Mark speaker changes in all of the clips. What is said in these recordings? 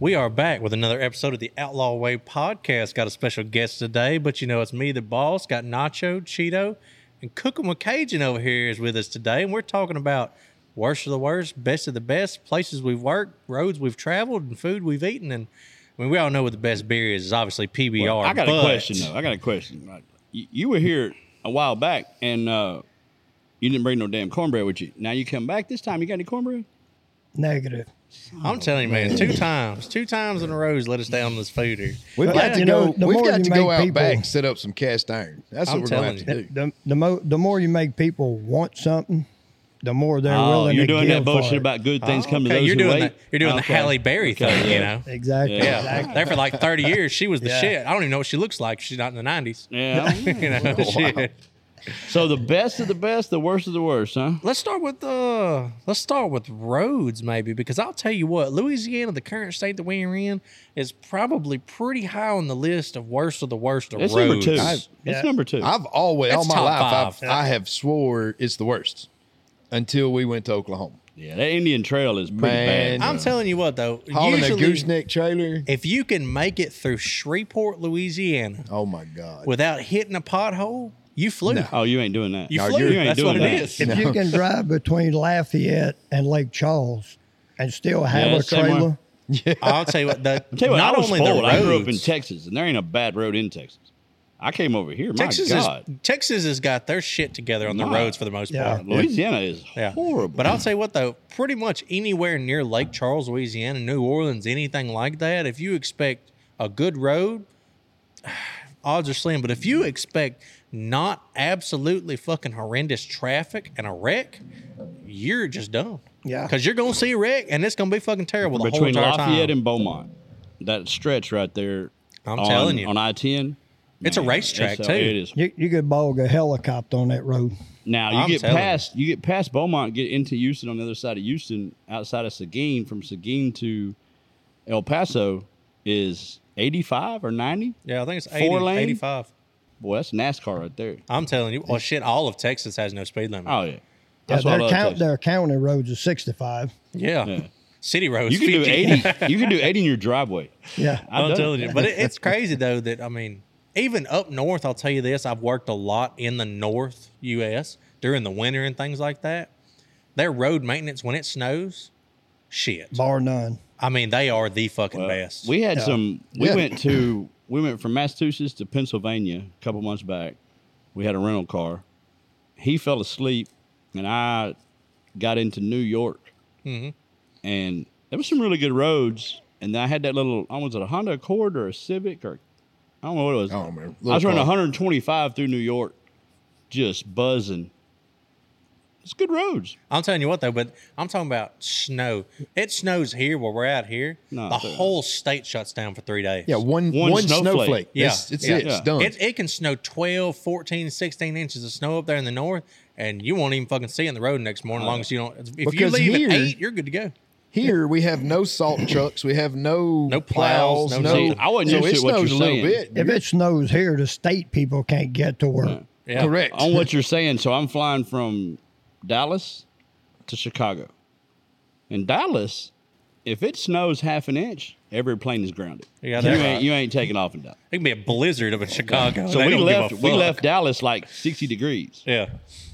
Speaker 1: We are back with another episode of the Outlaw Way podcast. Got a special guest today, but you know it's me, the boss. Got Nacho, Cheeto, and Cooking with Cajun over here is with us today, and we're talking about worst of the worst, best of the best, places we've worked, roads we've traveled, and food we've eaten. And I mean, we all know what the best beer is. Is obviously PBR.
Speaker 2: Well, I got
Speaker 1: but-
Speaker 2: a question though. I got a question. Like, you, you were here a while back, and uh, you didn't bring no damn cornbread with you. Now you come back this time. You got any cornbread?
Speaker 3: Negative.
Speaker 1: I'm telling you, man, two times, two times in a row, has let us down on this food here.
Speaker 4: We've
Speaker 3: Well,
Speaker 4: got to
Speaker 3: you know,
Speaker 4: go.
Speaker 3: the
Speaker 4: We've
Speaker 3: more
Speaker 4: got
Speaker 3: you
Speaker 4: to go
Speaker 3: make
Speaker 4: out
Speaker 3: people-
Speaker 4: back and set up some cast iron. That's
Speaker 1: I'm
Speaker 4: what we're going
Speaker 1: telling
Speaker 4: to
Speaker 1: you.
Speaker 4: have to do.
Speaker 3: The, the, mo- the more you make people want something, the more they're
Speaker 2: Oh,
Speaker 3: willing
Speaker 2: you're
Speaker 3: to
Speaker 2: doing that
Speaker 3: give
Speaker 2: bullshit
Speaker 3: for it.
Speaker 2: about good things
Speaker 1: Oh,
Speaker 2: come to
Speaker 1: okay,
Speaker 2: those
Speaker 1: you're
Speaker 2: who
Speaker 1: doing
Speaker 2: wait.
Speaker 1: The, you're doing
Speaker 2: Okay.
Speaker 1: the Halle Berry thing, you know.
Speaker 3: Exactly.
Speaker 2: Yeah.
Speaker 1: Yeah, there for like 30 years, she was the
Speaker 3: Yeah.
Speaker 1: shit. I don't even know what she looks like. She's not in the 90s.
Speaker 2: Yeah.
Speaker 1: You know, shit.
Speaker 2: so the best of the best, the worst of the worst, huh?
Speaker 1: Let's start with uh, let's start with roads maybe because I'll tell you what, Louisiana, the current state that we're in, is probably pretty high on the list of worst of the worst of
Speaker 2: It's number
Speaker 1: roads.
Speaker 2: two.
Speaker 4: I-
Speaker 2: it's
Speaker 3: yeah.
Speaker 2: number two.
Speaker 4: I've always, all
Speaker 1: It's
Speaker 4: my
Speaker 1: top
Speaker 4: life,
Speaker 1: five.
Speaker 4: I've, I have swore it's the worst until we went to Oklahoma.
Speaker 2: yeah, that Indian Trail is pretty
Speaker 4: Man.
Speaker 2: bad.
Speaker 1: I'm telling you what though,
Speaker 4: Hauling
Speaker 1: usually
Speaker 4: a gooseneck trailer.
Speaker 1: if you can make it through Shreveport, Louisiana,
Speaker 4: Oh my God.
Speaker 1: without hitting a pothole, you flew.
Speaker 2: Oh, you ain't doing that.
Speaker 1: You
Speaker 4: No,
Speaker 1: flew.
Speaker 4: you're-
Speaker 1: That's
Speaker 2: you ain't
Speaker 1: what
Speaker 2: doing
Speaker 1: it
Speaker 2: that.
Speaker 1: is.
Speaker 3: If you can drive between Lafayette and Lake Charles and still have
Speaker 2: Yeah,
Speaker 3: a
Speaker 2: same way.
Speaker 3: trailer,
Speaker 1: I'll tell you what. The,
Speaker 2: Tell you what,
Speaker 1: not
Speaker 2: I was
Speaker 1: only
Speaker 2: spoiled.
Speaker 1: the
Speaker 2: I grew up in
Speaker 1: roads,
Speaker 2: Texas, and there ain't a bad road in Texas. I came over here.
Speaker 1: Texas.
Speaker 2: my
Speaker 1: Is,
Speaker 2: God,
Speaker 1: Texas has got their shit together on the
Speaker 2: Nah.
Speaker 1: roads for the most
Speaker 3: Yeah.
Speaker 1: part.
Speaker 2: Louisiana is
Speaker 1: Yeah.
Speaker 2: horrible.
Speaker 1: But I'll tell you what though, pretty much anywhere near Lake Charles, Louisiana, New Orleans, anything like that, if you expect a good road, odds are slim. But if you expect not absolutely fucking horrendous traffic and a wreck, you're just dumb.
Speaker 3: Yeah.
Speaker 1: Because you're gonna see a wreck and it's gonna be fucking terrible the
Speaker 2: between
Speaker 1: whole entire
Speaker 2: Lafayette
Speaker 1: time.
Speaker 2: and Beaumont. That stretch right there.
Speaker 1: I'm
Speaker 2: on-
Speaker 1: telling you.
Speaker 2: on I ten.
Speaker 1: It's a racetrack, too.
Speaker 2: It is.
Speaker 3: you, you could bog a helicopter on that road. Uh,
Speaker 2: Now you
Speaker 1: I'm
Speaker 2: get
Speaker 1: telling you.
Speaker 2: past you get past Beaumont, get into Houston on the other side of Houston, outside of Seguin. From Seguin to El Paso is eighty five or ninety.
Speaker 1: yeah, I think it's 80,
Speaker 2: Four lane?
Speaker 1: 85.
Speaker 2: Boy, that's NASCAR right there.
Speaker 1: I'm telling you, well, shit, all of Texas has no speed limit.
Speaker 2: Oh yeah, why
Speaker 3: Yeah,
Speaker 2: I
Speaker 3: their,
Speaker 2: love
Speaker 3: count,
Speaker 2: Texas.
Speaker 3: their county roads are 65.
Speaker 1: yeah.
Speaker 2: Yeah.
Speaker 1: city roads.
Speaker 2: You can do
Speaker 1: 50.
Speaker 2: eighty. You can do eighty in your driveway.
Speaker 3: Yeah.
Speaker 2: I've
Speaker 1: I'm
Speaker 2: done
Speaker 1: telling you. But it, it's crazy though that I mean, even up north, I'll tell you this: I've worked a lot in the North U.S. during the winter and things like that. Their road maintenance when it snows, shit.
Speaker 3: Bar none.
Speaker 1: I mean, they are the fucking
Speaker 2: Well,
Speaker 1: best.
Speaker 2: Uh, We had some. We
Speaker 4: Yeah.
Speaker 2: went to we went from Massachusetts to Pennsylvania a couple months back. We had a rental car. He fell asleep, and I got into New York,
Speaker 4: Mm-hmm.
Speaker 2: and there was some really good roads. And then I had that little. I was it a Honda Accord or a Civic or I don't know what it was.
Speaker 4: I don't remember.
Speaker 2: I was running
Speaker 4: Oh, Little car.
Speaker 2: 125 through New York, just buzzing. It's good roads.
Speaker 1: I'm telling you what though, but I'm talking about snow. It snows here where we're out here.
Speaker 2: No,
Speaker 1: the
Speaker 2: dude.
Speaker 1: whole state shuts down for three days.
Speaker 4: yeah, one,
Speaker 2: One
Speaker 4: one,
Speaker 2: snowflake.
Speaker 4: snowflake.
Speaker 1: Yeah,
Speaker 4: It's, it's
Speaker 1: yeah.
Speaker 4: it. It's
Speaker 2: Yeah.
Speaker 4: done.
Speaker 1: It, it can snow 12, 14, 16 inches of snow up there in the north, and you won't even fucking see it in the road next morning, as
Speaker 2: Uh,
Speaker 1: long as you don't. If you
Speaker 4: Because
Speaker 1: leave
Speaker 4: here-
Speaker 1: at eight, you're good to go.
Speaker 4: Here we have no salt trucks. We have no
Speaker 1: No plows, no
Speaker 4: No,
Speaker 1: nothing.
Speaker 2: I wasn't
Speaker 4: so
Speaker 2: used
Speaker 4: it
Speaker 2: to what
Speaker 4: snows
Speaker 2: you're
Speaker 4: a little
Speaker 2: saying.
Speaker 4: bit.
Speaker 3: If it snows here, the state people can't get to work.
Speaker 1: Yeah.
Speaker 4: Correct.
Speaker 2: on what you're saying, so I'm flying from Dallas to Chicago. In Dallas, if it snows half an inch, every plane is grounded.
Speaker 1: Yeah,
Speaker 2: you
Speaker 1: that's
Speaker 2: ain't
Speaker 1: right.
Speaker 2: you ain't taking off in Dallas.
Speaker 1: It can be a blizzard up in Chicago.
Speaker 2: So
Speaker 1: They
Speaker 2: we
Speaker 1: don't give a
Speaker 2: left we
Speaker 1: fuck.
Speaker 2: left Dallas like 60 degrees.
Speaker 1: Yeah.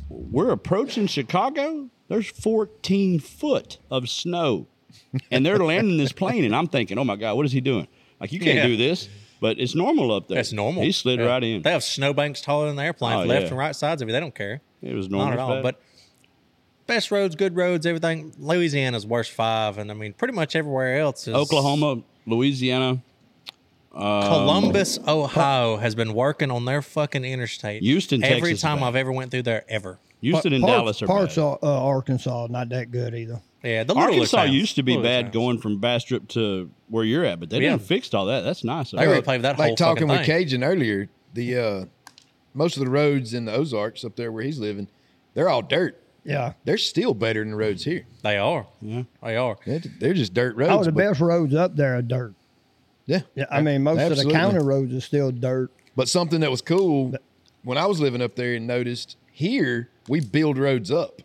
Speaker 2: We're approaching Chicago. There's 14 foot of snow, and they're landing this plane, and I'm thinking, oh my god, what is he doing? Like you can't
Speaker 1: Yeah.
Speaker 2: do this, but it's normal up there.
Speaker 1: That's normal.
Speaker 2: He slid
Speaker 1: Yeah.
Speaker 2: right in.
Speaker 1: They have snowbanks taller than the airplanes,
Speaker 2: Oh,
Speaker 1: left
Speaker 2: yeah.
Speaker 1: and right sides of you. They don't care.
Speaker 2: it was normal.
Speaker 1: Not at
Speaker 2: as
Speaker 1: all.
Speaker 2: fuck.
Speaker 1: But best roads, good roads, everything. Louisiana's worst five. And I mean, pretty much everywhere else is
Speaker 2: Oklahoma, Louisiana,
Speaker 1: Columbus, Ohio has been working on their fucking interstate.
Speaker 2: Houston,
Speaker 1: Every
Speaker 2: Texas is
Speaker 1: time
Speaker 2: bad.
Speaker 1: I've ever went through there, ever.
Speaker 2: Houston, and
Speaker 3: Parts-
Speaker 2: Dallas are
Speaker 3: parts
Speaker 2: bad.
Speaker 3: of uh, Arkansas not that good either.
Speaker 1: Yeah. The littler
Speaker 2: Arkansas
Speaker 1: towns,
Speaker 2: used to be
Speaker 1: littler
Speaker 2: bad
Speaker 1: towns.
Speaker 2: going from Bastrop to where you're at, but they
Speaker 1: Yeah.
Speaker 2: done fixed all that. That's nice.
Speaker 1: They
Speaker 2: over
Speaker 1: were- replayed that
Speaker 4: like
Speaker 1: whole
Speaker 4: talking
Speaker 1: fucking
Speaker 4: with
Speaker 1: thing.
Speaker 4: Cajun earlier. The uh, most of the roads in the Ozarks up there where he's living, they're all dirt.
Speaker 3: Yeah.
Speaker 4: They're still better than the roads here.
Speaker 1: They are.
Speaker 2: Yeah.
Speaker 1: They are.
Speaker 4: They're they're just dirt roads.
Speaker 3: Oh, the
Speaker 4: but-
Speaker 3: best roads up there are dirt.
Speaker 4: Yeah,
Speaker 3: Yeah, I mean, most
Speaker 4: Absolutely.
Speaker 3: of the county roads are still dirt.
Speaker 4: But something that was cool when I was living up there and noticed here we build roads up.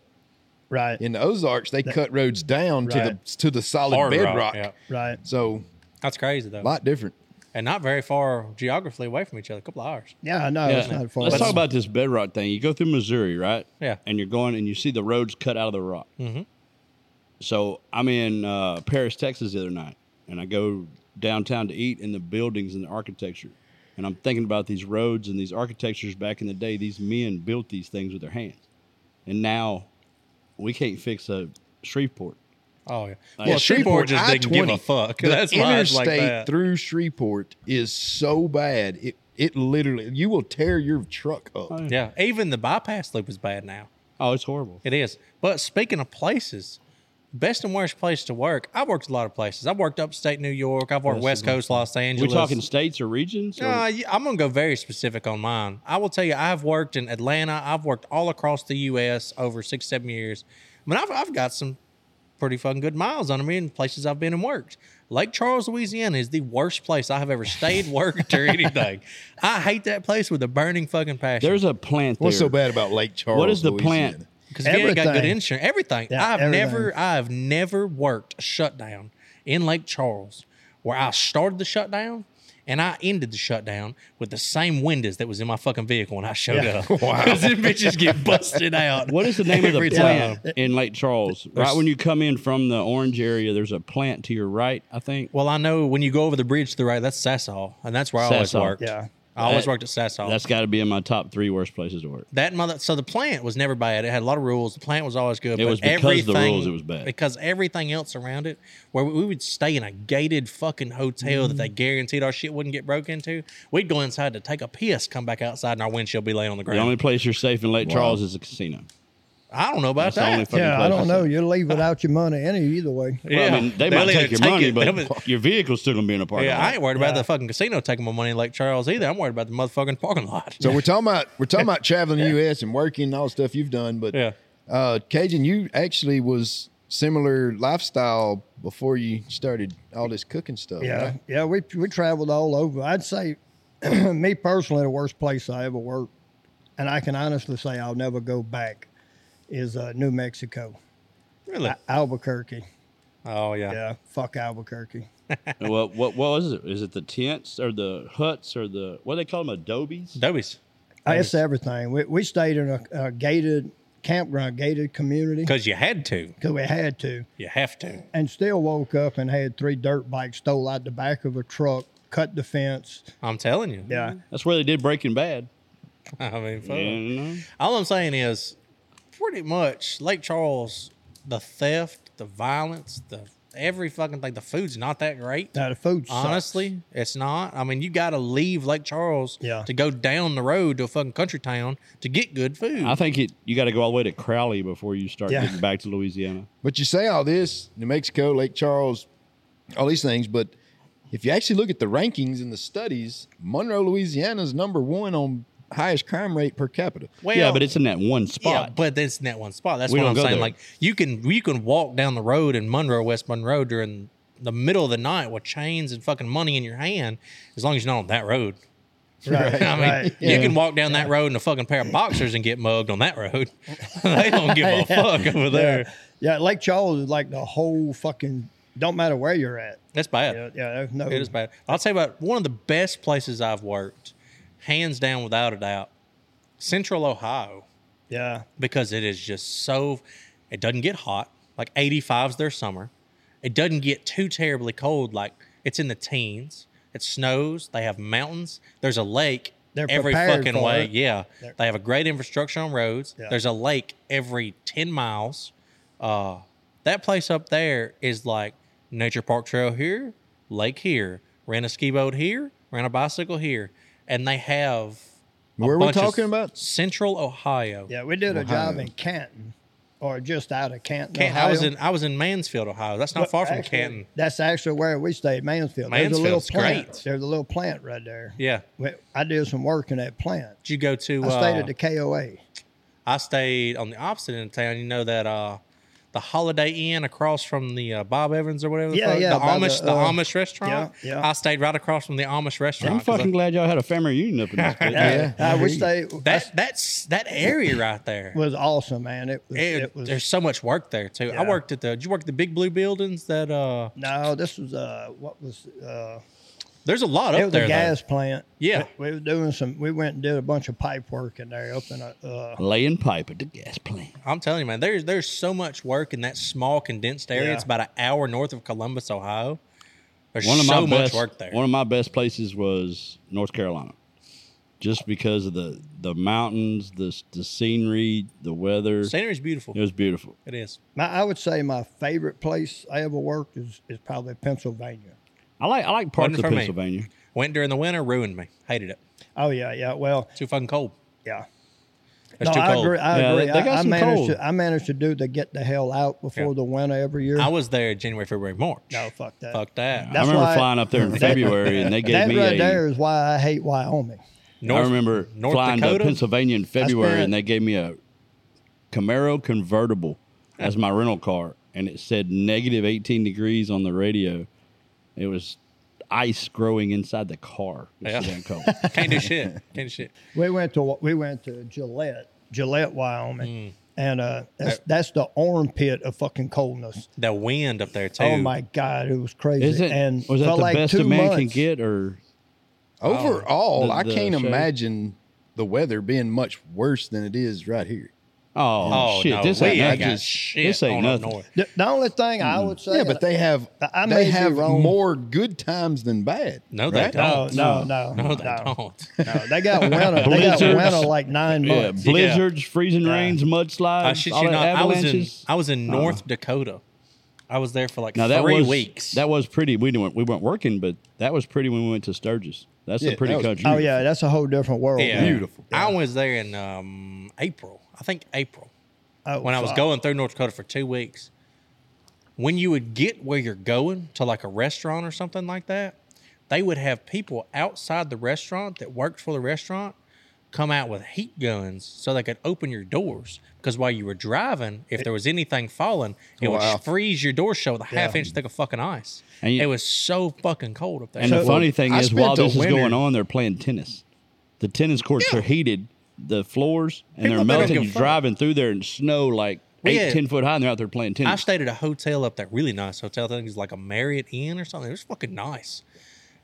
Speaker 3: Right.
Speaker 4: In the Ozarks, they cut roads down to
Speaker 3: Right.
Speaker 4: the to the solid
Speaker 1: Hard rock,
Speaker 4: bedrock.
Speaker 1: yeah.
Speaker 3: right.
Speaker 4: So
Speaker 1: That's crazy though,
Speaker 4: A lot different.
Speaker 1: and not very far geographically away from each other. A couple of hours.
Speaker 3: Yeah, I know
Speaker 2: Yeah.
Speaker 3: it's not far.
Speaker 2: Let's
Speaker 3: at all.
Speaker 2: talk about this bedrock thing. You go through Missouri, right?
Speaker 1: Yeah.
Speaker 2: And you're going and you see the roads cut out of the rock. Mm-hmm. So I'm in uh, Paris, Texas the other night, and I go downtown to eat in the buildings and the architecture. And I'm thinking about these roads and these architectures back in the day. These men built these things with their hands. And now we can't fix a Shreveport.
Speaker 1: Oh yeah.
Speaker 2: Like-
Speaker 1: well,
Speaker 2: Yeah,
Speaker 1: Shreveport
Speaker 4: Shreveport,
Speaker 1: just didn't give a
Speaker 4: I-20,
Speaker 1: fuck.
Speaker 4: The
Speaker 1: That's why it's like
Speaker 4: interstate
Speaker 1: that.
Speaker 4: through Shreveport is so bad. It it literally you will tear your truck up.
Speaker 2: Oh,
Speaker 1: yeah, even the bypass loop is bad now.
Speaker 2: Oh, it's horrible.
Speaker 1: It is. But speaking of places, best and worst place to work. I worked a lot of places. I've worked upstate New York. I've worked West Coast, Los
Speaker 2: we
Speaker 1: Angeles.
Speaker 2: talking states or regions? or-
Speaker 1: Uh, yeah, I'm gonna go very specific on mine. I will tell you, I've worked in Atlanta. I've worked all across the U.S. over six, seven years. I mean, I've I've got some pretty fucking good miles under me in places I've been and worked. Lake Charles, Louisiana, is the worst place I have ever stayed, worked, or anything. I hate that place with a burning fucking passion.
Speaker 2: There's a plant there.
Speaker 4: What's so bad about Lake Charles?
Speaker 2: What is the
Speaker 4: Louisiana?
Speaker 2: plant?
Speaker 1: because you ain't got good
Speaker 3: Everything.
Speaker 1: insurance. Everything.
Speaker 3: Yeah,
Speaker 1: I've
Speaker 3: everything.
Speaker 1: never, I've never worked a shutdown in Lake Charles where I started the shutdown and I ended the shutdown with the same windows that was in my fucking vehicle when I showed up. Wow, because them bitches get busted out.
Speaker 2: What is the name of the
Speaker 1: every
Speaker 2: plant
Speaker 1: time.
Speaker 2: in Lake Charles? Right when you come in from the orange area, there's a plant to your right, I think.
Speaker 1: Well, I know when you go over the bridge to the right, that's Sasol, and that's where I always
Speaker 2: Sasol.
Speaker 1: worked.
Speaker 3: Yeah.
Speaker 1: I always
Speaker 2: That-
Speaker 1: worked at Sasol.
Speaker 2: That's got to be in my top three worst places to work.
Speaker 1: That mother. So the plant was never bad. It had a lot of rules. The plant was always good.
Speaker 2: It
Speaker 1: but
Speaker 2: was because of the
Speaker 1: everything-
Speaker 2: rules it was bad.
Speaker 1: Because everything else around it, where we- we would stay in a gated fucking hotel that they
Speaker 3: Mm.
Speaker 1: guaranteed our shit wouldn't get broke into. We'd go inside to take a piss, come back outside, and our windshield be laying on the
Speaker 2: The
Speaker 1: ground.
Speaker 2: only place you're safe in Lake Charles is a casino.
Speaker 1: I don't know about
Speaker 2: That's the only
Speaker 1: that.
Speaker 2: fucking
Speaker 3: Yeah, I
Speaker 2: place
Speaker 3: don't know.
Speaker 2: safe.
Speaker 3: You leave without your money any either way.
Speaker 2: Well,
Speaker 1: Yeah.
Speaker 2: I mean, they
Speaker 1: They'll
Speaker 2: might
Speaker 1: either
Speaker 2: take your
Speaker 1: take
Speaker 2: money,
Speaker 1: it- they'll
Speaker 2: but your vehicle's still gonna be in a parking
Speaker 1: Yeah, I
Speaker 2: lot.
Speaker 1: ain't worried about the fucking casino taking my money in Lake Charles either. I'm worried about the motherfucking parking lot.
Speaker 4: So we're talking about we're talking about traveling the U.S. and working and all the stuff you've done, but
Speaker 1: Yeah.
Speaker 4: uh, Cajun, you actually was similar lifestyle before you started all this cooking stuff.
Speaker 3: Yeah,
Speaker 4: right?
Speaker 3: yeah, we we traveled all over. I'd say, me personally, the worst place I ever worked, and I can honestly say I'll never go back, is uh, New Mexico,
Speaker 1: Really?
Speaker 3: Albuquerque.
Speaker 1: oh yeah.
Speaker 3: Yeah, fuck Albuquerque.
Speaker 2: Well, what what was it? Is it the tents or the huts or the what do they call them? Adobes?
Speaker 1: Adobe's.
Speaker 3: I Uh, It's everything. We we stayed in a, a gated campground, gated community
Speaker 1: Because you had to.
Speaker 3: because we had to,
Speaker 1: You have to.
Speaker 3: and still woke up and had three dirt bikes stole out the back of a truck, cut the fence.
Speaker 1: I'm telling you.
Speaker 3: Yeah,
Speaker 2: That's where they did Breaking Bad.
Speaker 1: I mean, fuck.
Speaker 2: You know?
Speaker 1: All I'm saying is, pretty much Lake Charles, the theft, the violence, the every fucking thing. The food's not that great.
Speaker 3: now the food. sucks.
Speaker 1: Honestly, it's not. I mean, you got to leave Lake Charles
Speaker 3: Yeah.
Speaker 1: to go down the road to a fucking country town to get good food.
Speaker 2: I think it you got to go all the way to Crowley before you start
Speaker 3: Yeah.
Speaker 2: getting back to Louisiana.
Speaker 4: But you say all this, New Mexico, Lake Charles, all these things, but if you actually look at the rankings and the studies, Monroe, Louisiana is number one on highest crime rate per capita.
Speaker 1: well,
Speaker 2: yeah, but it's in that one
Speaker 1: yeah,
Speaker 2: spot.
Speaker 1: but it's in that one spot. That's
Speaker 2: We
Speaker 1: what
Speaker 2: don't
Speaker 1: I'm
Speaker 2: go
Speaker 1: saying.
Speaker 2: there.
Speaker 1: Like you can you can walk down the road in Monroe, West Monroe during the middle of the night with chains and fucking money in your hand, as long as you're not on that road.
Speaker 3: right?
Speaker 1: I mean,
Speaker 3: right.
Speaker 1: you can walk down that road in a fucking pair of boxers and get mugged on that road. they don't give a fuck over there.
Speaker 3: Yeah, Lake Charles is like the whole fucking. Don't matter where you're at.
Speaker 1: That's bad.
Speaker 3: Yeah, yeah, there's no.
Speaker 1: It is bad. I'll tell you about one of the best places I've worked, hands down, without a doubt, Central Ohio,
Speaker 3: Yeah,
Speaker 1: because it is just so. It doesn't get hot. Like 85's their summer. It doesn't get too terribly cold. Like it's in the teens. It snows. They have mountains. There's a lake
Speaker 3: They're
Speaker 1: every
Speaker 3: prepared
Speaker 1: fucking
Speaker 3: for
Speaker 1: way.
Speaker 3: it.
Speaker 1: Yeah.
Speaker 3: They're-
Speaker 1: they have a great infrastructure on roads.
Speaker 3: Yeah.
Speaker 1: There's a lake every 10 miles. Uh, that place up there is like nature park trail here, lake here, rent a ski boat here, rent a bicycle here. And they have. a
Speaker 4: Where are we
Speaker 1: bunch of
Speaker 4: talking about?
Speaker 1: Central Ohio.
Speaker 3: yeah. We did a job
Speaker 4: Ohio.
Speaker 3: in Canton, or just out of Canton.
Speaker 1: Canton, I was
Speaker 3: Ohio.
Speaker 1: in I was in Mansfield, Ohio. That's not
Speaker 3: But
Speaker 1: far from
Speaker 3: actually,
Speaker 1: Canton.
Speaker 3: That's actually where we stayed, Mansfield. There's a little
Speaker 1: Mansfield's
Speaker 3: plant.
Speaker 1: great.
Speaker 3: There's a little plant right there.
Speaker 1: Yeah.
Speaker 3: We, I did some work in that plant.
Speaker 1: Did you go to?
Speaker 3: I
Speaker 1: uh,
Speaker 3: stayed at the KOA.
Speaker 1: I stayed on the opposite end of town. You know that uh, the Holiday Inn across from the uh, Bob Evans or whatever. the
Speaker 3: Yeah,
Speaker 1: fuck,
Speaker 3: yeah,
Speaker 1: The
Speaker 3: by the,
Speaker 1: Amish, the,
Speaker 3: uh,
Speaker 1: Amish restaurant.
Speaker 3: yeah, yeah.
Speaker 1: I stayed right across from the Amish
Speaker 2: I'm
Speaker 1: restaurant. 'cause I-
Speaker 2: fucking glad y'all had a family reunion up in this bitch.
Speaker 4: Yeah.
Speaker 3: Uh, I wish they.
Speaker 1: that that's that area right there.
Speaker 3: was awesome, man. It was.
Speaker 1: It-
Speaker 3: It, was.
Speaker 1: there's so much work there too.
Speaker 3: Yeah.
Speaker 1: I worked at the. Did you work at the big blue buildings? That uh,
Speaker 3: no, this was uh, what was uh,
Speaker 1: there's a lot
Speaker 3: it
Speaker 1: up
Speaker 3: was
Speaker 1: there.
Speaker 3: a
Speaker 1: though.
Speaker 3: gas plant.
Speaker 1: Yeah.
Speaker 3: we, we were doing some. We went and did a bunch of pipe work in there, up in a. Uh,
Speaker 2: Laying pipe at the gas plant.
Speaker 1: I'm telling you, man. There's there's so much work in that small condensed area.
Speaker 3: Yeah.
Speaker 1: It's about an hour north of Columbus, Ohio. There's
Speaker 2: One of my
Speaker 1: so much
Speaker 2: best
Speaker 1: work there.
Speaker 2: One of my best places was North Carolina, just because of the the mountains, the the scenery, the weather.
Speaker 1: Scenery's beautiful.
Speaker 2: It was beautiful.
Speaker 1: It is.
Speaker 3: my, I would say my favorite place I ever worked is is probably Pennsylvania.
Speaker 2: I like I like parts
Speaker 1: Wasn't
Speaker 2: of
Speaker 1: for me.
Speaker 2: Pennsylvania.
Speaker 1: Went during the winter, ruined me. Hated it.
Speaker 3: Oh yeah, yeah. Well,
Speaker 1: Too fucking cold.
Speaker 3: yeah.
Speaker 1: It's too
Speaker 3: I
Speaker 1: cold.
Speaker 3: agree. I
Speaker 2: Yeah,
Speaker 3: agree.
Speaker 2: they- they got
Speaker 3: I, I
Speaker 2: some
Speaker 3: managed
Speaker 2: cold.
Speaker 3: to. I managed to do the get the hell out before
Speaker 1: Yeah.
Speaker 3: the winter every year.
Speaker 1: I was there January, February, March.
Speaker 3: no, fuck that.
Speaker 1: Fuck that.
Speaker 2: I
Speaker 3: That's
Speaker 2: remember
Speaker 3: why-
Speaker 2: flying up there in February, and they gave
Speaker 3: that
Speaker 2: me
Speaker 3: right
Speaker 2: a.
Speaker 3: there is why I hate Wyoming.
Speaker 1: North,
Speaker 2: I remember
Speaker 1: North
Speaker 2: flying
Speaker 1: Dakota.
Speaker 2: to Pennsylvania in February,
Speaker 3: spent-
Speaker 2: and they gave me a Camaro convertible as my rental car, and it said negative 18 degrees on the radio. It was ice growing inside the car. It was so
Speaker 1: Yeah.
Speaker 2: damn cold.
Speaker 1: Can't do shit. Can't do shit.
Speaker 3: We went to we went to Gillette, Gillette, Wyoming, and uh, that's that's the armpit of fucking coldness.
Speaker 1: The wind up there too.
Speaker 3: Oh my god, it was crazy.
Speaker 2: Is it?
Speaker 3: and
Speaker 2: was that
Speaker 3: for
Speaker 2: the
Speaker 3: like
Speaker 2: best
Speaker 3: two
Speaker 2: a man can
Speaker 3: months-
Speaker 2: get, or
Speaker 4: Overall,
Speaker 2: The-
Speaker 4: I
Speaker 2: the
Speaker 4: can't
Speaker 2: shade?
Speaker 4: imagine the weather being much worse than it is right here.
Speaker 2: oh,
Speaker 1: Oh
Speaker 2: shit,
Speaker 1: no,
Speaker 2: this
Speaker 1: we
Speaker 2: ain't
Speaker 1: ain't
Speaker 2: nothing.
Speaker 1: got shit
Speaker 2: this ain't
Speaker 1: on up
Speaker 2: nothing.
Speaker 1: north.
Speaker 3: The, the only thing I would say,
Speaker 4: Mm. yeah, but they have
Speaker 3: I may
Speaker 4: they
Speaker 3: be
Speaker 4: have
Speaker 3: wrong.
Speaker 4: more good times than bad.
Speaker 1: No,
Speaker 4: right?
Speaker 1: they
Speaker 3: no,
Speaker 1: don't.
Speaker 3: no, no, no,
Speaker 1: No, they don't.
Speaker 3: no. they got winter. they got
Speaker 2: Blizzards.
Speaker 3: winter like nine
Speaker 2: Yeah,
Speaker 3: months.
Speaker 2: blizzards, freezing rains, mudslides,
Speaker 1: I shit
Speaker 2: all
Speaker 1: you
Speaker 2: that
Speaker 1: Uh, not. I was in.
Speaker 2: avalanches.
Speaker 1: I was in North Dakota. I was there for like
Speaker 2: Now that
Speaker 1: three
Speaker 2: was
Speaker 1: weeks.
Speaker 2: That was pretty. We didn't. We weren't working, but that was pretty when we went to Sturgis. That's
Speaker 4: Yeah,
Speaker 2: a pretty
Speaker 4: that was
Speaker 2: country.
Speaker 3: Oh yeah, that's a whole different world.
Speaker 1: Yeah.
Speaker 3: man.
Speaker 4: Beautiful.
Speaker 1: I was there in um, April. I think April
Speaker 3: Oh,
Speaker 1: when I was
Speaker 3: fuck.
Speaker 1: going through North Dakota for two weeks. When you would get where you're going to like a restaurant or something like that, they would have people outside the restaurant that worked for the restaurant come out with heat guns so they could open your doors. Because while you were driving, if there was anything falling, it
Speaker 4: Wow.
Speaker 1: would freeze your door shut with a half inch thick of fucking ice.
Speaker 2: Oh, And you-
Speaker 1: it was so fucking cold up there.
Speaker 2: And the
Speaker 3: So-
Speaker 2: funny thing
Speaker 4: I
Speaker 2: is,
Speaker 4: spent
Speaker 2: while
Speaker 4: the
Speaker 2: this is
Speaker 4: winter-
Speaker 2: going on, they're playing tennis. The tennis courts are heated, the floors, and
Speaker 1: People
Speaker 2: they're
Speaker 1: don't
Speaker 2: melting.
Speaker 1: give a
Speaker 2: You're
Speaker 1: fuck.
Speaker 2: driving through there in snow like eight,
Speaker 1: had-
Speaker 2: ten foot high, and they're out there playing
Speaker 1: I
Speaker 2: tennis.
Speaker 1: stayed at a hotel up there, really nice hotel. I think it was like a Marriott Inn or something. It was fucking nice.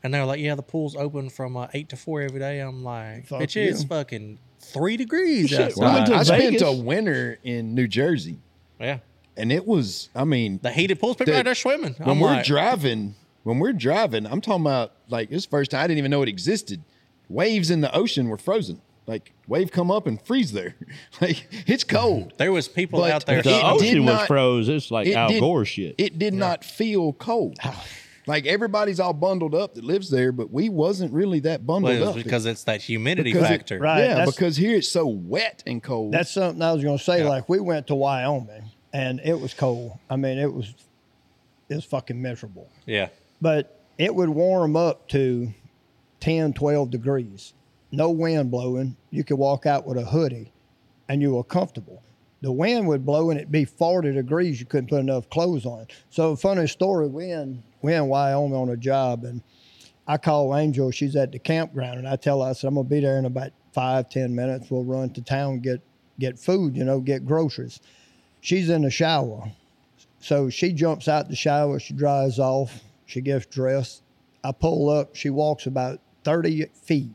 Speaker 1: And they were like, "Yeah, the pool's open from uh, eight to four every day." I'm like,
Speaker 3: Fuck
Speaker 1: "Bitch,
Speaker 3: you."
Speaker 1: it's fucking three degrees
Speaker 2: Shit,
Speaker 1: outside."
Speaker 2: we went to
Speaker 4: I spent
Speaker 2: Vegas.
Speaker 4: a winter in New Jersey,
Speaker 1: yeah,
Speaker 4: and it was. I mean,
Speaker 1: the heated pools, people
Speaker 4: Dude,
Speaker 1: out there swimming.
Speaker 4: when
Speaker 1: I'm
Speaker 4: we're
Speaker 1: like,
Speaker 4: driving, when we're driving, I'm talking about like this first time I didn't even know it existed. Waves in the ocean were frozen. Like wave come up and freeze there. like it's cold.
Speaker 1: there was people
Speaker 4: But
Speaker 1: out there.
Speaker 4: the
Speaker 2: the
Speaker 4: it did
Speaker 2: ocean was
Speaker 4: not-
Speaker 2: froze. It's like
Speaker 4: it
Speaker 2: Al
Speaker 4: did-
Speaker 2: Gore shit.
Speaker 4: It did not feel cold.
Speaker 1: Ah.
Speaker 4: Like everybody's all bundled up that lives there, but we wasn't really that bundled
Speaker 1: Well, it was
Speaker 4: up
Speaker 1: because it's that humidity
Speaker 4: Because it-
Speaker 1: factor.
Speaker 3: Right.
Speaker 4: yeah,
Speaker 3: that's-
Speaker 4: because here it's so wet and cold.
Speaker 3: That's something I was going to say.
Speaker 1: Yeah.
Speaker 3: Like we went to Wyoming, and it was cold. I mean, it was it was fucking miserable.
Speaker 1: Yeah,
Speaker 3: But it would warm up to 10, 12 degrees. No wind blowing. You could walk out with a hoodie, and you were comfortable. The wind would blow, and it'd be forty degrees. You couldn't put enough clothes on. So funny story. We in we in Wyoming on a job, and I call Angel. She's at the campground, and I tell her, I said, I'm gonna be there in about five, ten minutes. We'll run to town get get food, you know, get groceries. She's in the shower, so she jumps out the shower. She dries off. She gets dressed. I pull up. She walks about thirty feet,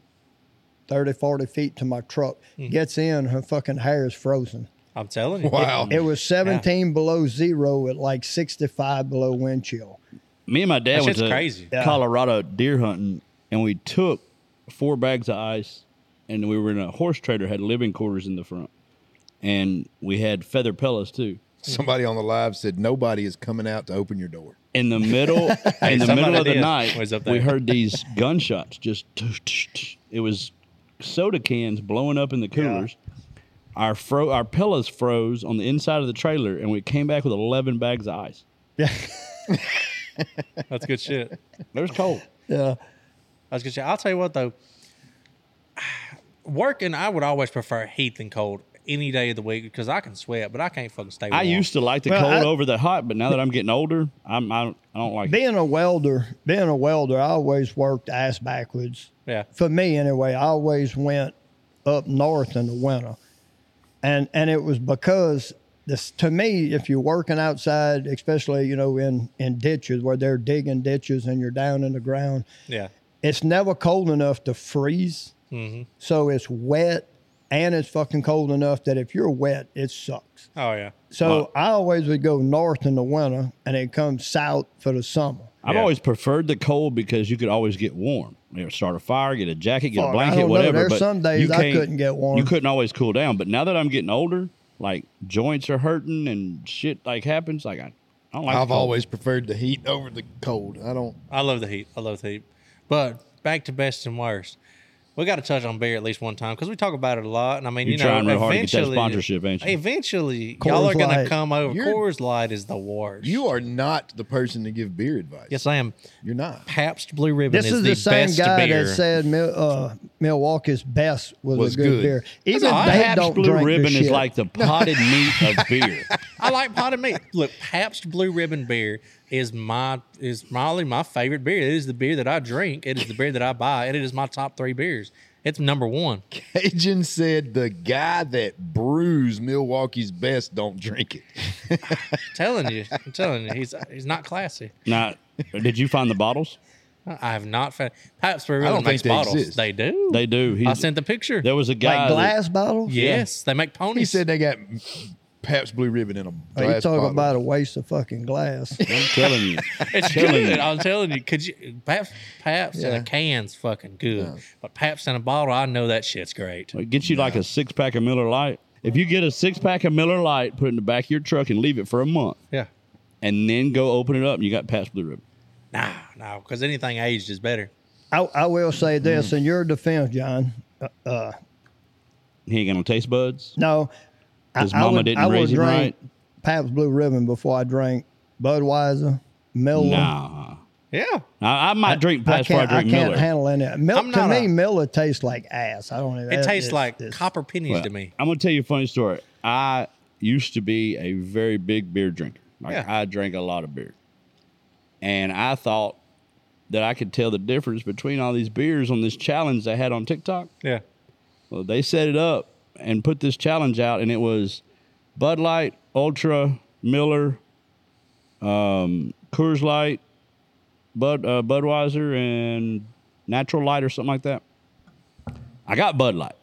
Speaker 3: 30, 40 feet to my truck. Gets in. Her fucking hair is frozen.
Speaker 1: I'm telling you.
Speaker 4: wow.
Speaker 3: It was 17 below zero at like 65 below wind chill.
Speaker 2: Me and my dad
Speaker 1: That
Speaker 2: went
Speaker 1: shit's
Speaker 2: to
Speaker 1: crazy.
Speaker 3: Yeah.
Speaker 2: Colorado deer hunting, and we took four bags of ice, and we were in a horse trailer had living quarters in the front, and we had feather pillows too.
Speaker 4: Somebody on the live said nobody is coming out to open your door.
Speaker 2: In the middle, in the
Speaker 1: somebody
Speaker 2: middle of the
Speaker 1: did.
Speaker 2: night,
Speaker 1: Was up
Speaker 2: we
Speaker 1: there.
Speaker 2: heard these gunshots. Just tush, tush, tush. it was soda cans blowing up in the coolers. Our fro our pillows froze on the inside of the trailer, and we came back with eleven bags of ice.
Speaker 1: That's good shit.
Speaker 2: It was cold.
Speaker 3: Yeah.
Speaker 1: I was gonna say, I'll tell you what though. Working, I would always prefer heat than cold. any day of the week because I can sweat, but I can't fucking stay.
Speaker 2: I
Speaker 1: warm.
Speaker 2: used to like the
Speaker 3: Well,
Speaker 2: cold
Speaker 3: I-
Speaker 2: over the hot, but now that I'm getting older, I'm I don't, I don't like it.
Speaker 3: Being a welder, being a welder, I always worked ass backwards.
Speaker 1: yeah,
Speaker 3: for me anyway, I always went up north in the winter. And and it was because this to me, if you're working outside, especially, you know, in, in ditches where they're digging ditches and you're down in the ground,
Speaker 1: yeah,
Speaker 3: it's never cold enough to freeze. So it's wet and it's fucking cold enough that if you're wet, it sucks.
Speaker 1: oh yeah.
Speaker 3: So I always would go north in the winter and then come south for the summer.
Speaker 2: I've
Speaker 1: Yeah.
Speaker 2: always preferred the cold because you could always get warm. You know, start a fire, get a jacket, get
Speaker 3: Fuck, I
Speaker 2: a blanket,
Speaker 3: don't know.
Speaker 2: whatever.
Speaker 3: There's
Speaker 2: but
Speaker 3: some days
Speaker 2: you
Speaker 3: I
Speaker 2: can't-
Speaker 3: couldn't get warm.
Speaker 2: You couldn't always cool down. But now that I'm getting older, like joints are hurting and shit like happens. Like I, I don't like. the
Speaker 4: I've
Speaker 2: cold.
Speaker 4: always preferred the heat over the cold. I don't.
Speaker 1: I love the heat. I love the heat. But back to best and worst. We got to touch on beer at least one time because we talk about it a lot. And I mean,
Speaker 2: You're
Speaker 1: you know,
Speaker 2: trying real hard to get that
Speaker 1: eventually,
Speaker 2: sponsorship, ain't you?
Speaker 1: eventually, y'all
Speaker 3: Coors
Speaker 1: are going to
Speaker 3: Light.
Speaker 1: come over.
Speaker 4: You're-
Speaker 1: Coors Light is the worst.
Speaker 4: You are not the person to give beer advice.
Speaker 1: yes, I am.
Speaker 4: you're not.
Speaker 1: Pabst Blue Ribbon
Speaker 3: This
Speaker 1: is,
Speaker 3: is
Speaker 1: the,
Speaker 3: the same
Speaker 1: best
Speaker 3: guy
Speaker 1: beer.
Speaker 3: that said Mil- uh, Milwaukee's best was,
Speaker 4: Was
Speaker 3: a good,
Speaker 4: good.
Speaker 3: beer. Even
Speaker 1: all
Speaker 3: they
Speaker 2: Pabst
Speaker 3: don't
Speaker 2: Blue
Speaker 3: drink this
Speaker 2: Ribbon is
Speaker 3: shit.
Speaker 2: like the potted meat of beer.
Speaker 1: I like potted meat. Look, Pabst Blue Ribbon beer is my is probably my favorite beer. It is the beer that I drink. It is the beer that I buy, and it is my top three beers. It's number one.
Speaker 4: Cajun said the guy that brews Milwaukee's best don't drink it.
Speaker 1: I'm telling you, I'm telling you, he's he's not classy.
Speaker 2: Now, did you find the bottles?
Speaker 1: I have not found Pabst Blue
Speaker 4: I
Speaker 1: Ribbon
Speaker 4: don't
Speaker 1: makes
Speaker 4: think they
Speaker 1: bottles.
Speaker 4: exist.
Speaker 1: They do.
Speaker 2: They do. He,
Speaker 1: I sent the picture.
Speaker 2: there was a guy.
Speaker 3: like
Speaker 2: that-
Speaker 3: glass bottles.
Speaker 1: yes, they make ponies.
Speaker 4: He said they got Pabst Blue Ribbon in a
Speaker 3: Are
Speaker 4: glass
Speaker 3: you talking
Speaker 4: bottle.
Speaker 3: about a waste of fucking glass?
Speaker 2: I'm telling you.
Speaker 1: it's
Speaker 2: Telling
Speaker 1: good.
Speaker 2: you.
Speaker 1: I'm telling you. Could you Pabst, Pabst in
Speaker 4: Yeah.
Speaker 1: a can's fucking good, but Pabst in a bottle, I know that shit's great.
Speaker 2: It gets you like a six pack of Miller Lite. If you get a six pack of Miller Lite, put it in the back of your truck and leave it for a month,
Speaker 1: Yeah.
Speaker 2: and then go open it up, and you got Pabst Blue Ribbon.
Speaker 1: Nah, no, because anything aged is better.
Speaker 3: I, I will say this
Speaker 1: Mm.
Speaker 3: in your defense, John. Uh, uh,
Speaker 2: He ain't got no taste buds.
Speaker 3: no, I-
Speaker 2: His
Speaker 3: I,
Speaker 2: mama
Speaker 3: would,
Speaker 2: didn't
Speaker 3: I would
Speaker 2: raise him
Speaker 3: drink
Speaker 2: right.
Speaker 3: Pabst Blue Ribbon before I drank Budweiser, Miller.
Speaker 2: Nah.
Speaker 1: Yeah.
Speaker 2: I, I might drink
Speaker 3: I
Speaker 2: Pabst before I
Speaker 3: can't. I
Speaker 2: drink
Speaker 3: can't
Speaker 2: Miller.
Speaker 3: handle any. of it. Milk
Speaker 1: I'm
Speaker 3: to
Speaker 1: not
Speaker 3: me,
Speaker 1: a-
Speaker 3: Miller tastes like ass. I don't. even-
Speaker 1: It
Speaker 3: that-
Speaker 1: tastes
Speaker 3: it's-
Speaker 1: like
Speaker 3: it's-
Speaker 1: copper pennies
Speaker 2: Well,
Speaker 1: to me.
Speaker 2: I'm gonna tell you a funny story. I used to be a very big beer drinker. Like
Speaker 1: Yeah.
Speaker 2: I drank a lot of beer, and I thought that I could tell the difference between all these beers on this challenge they had on TikTok.
Speaker 1: Yeah.
Speaker 2: Well, they set it up and put this challenge out, and it was Bud Light, Ultra, Miller, um, Coors Light, Bud uh, Budweiser, and Natural Light or something like that. I got Bud Light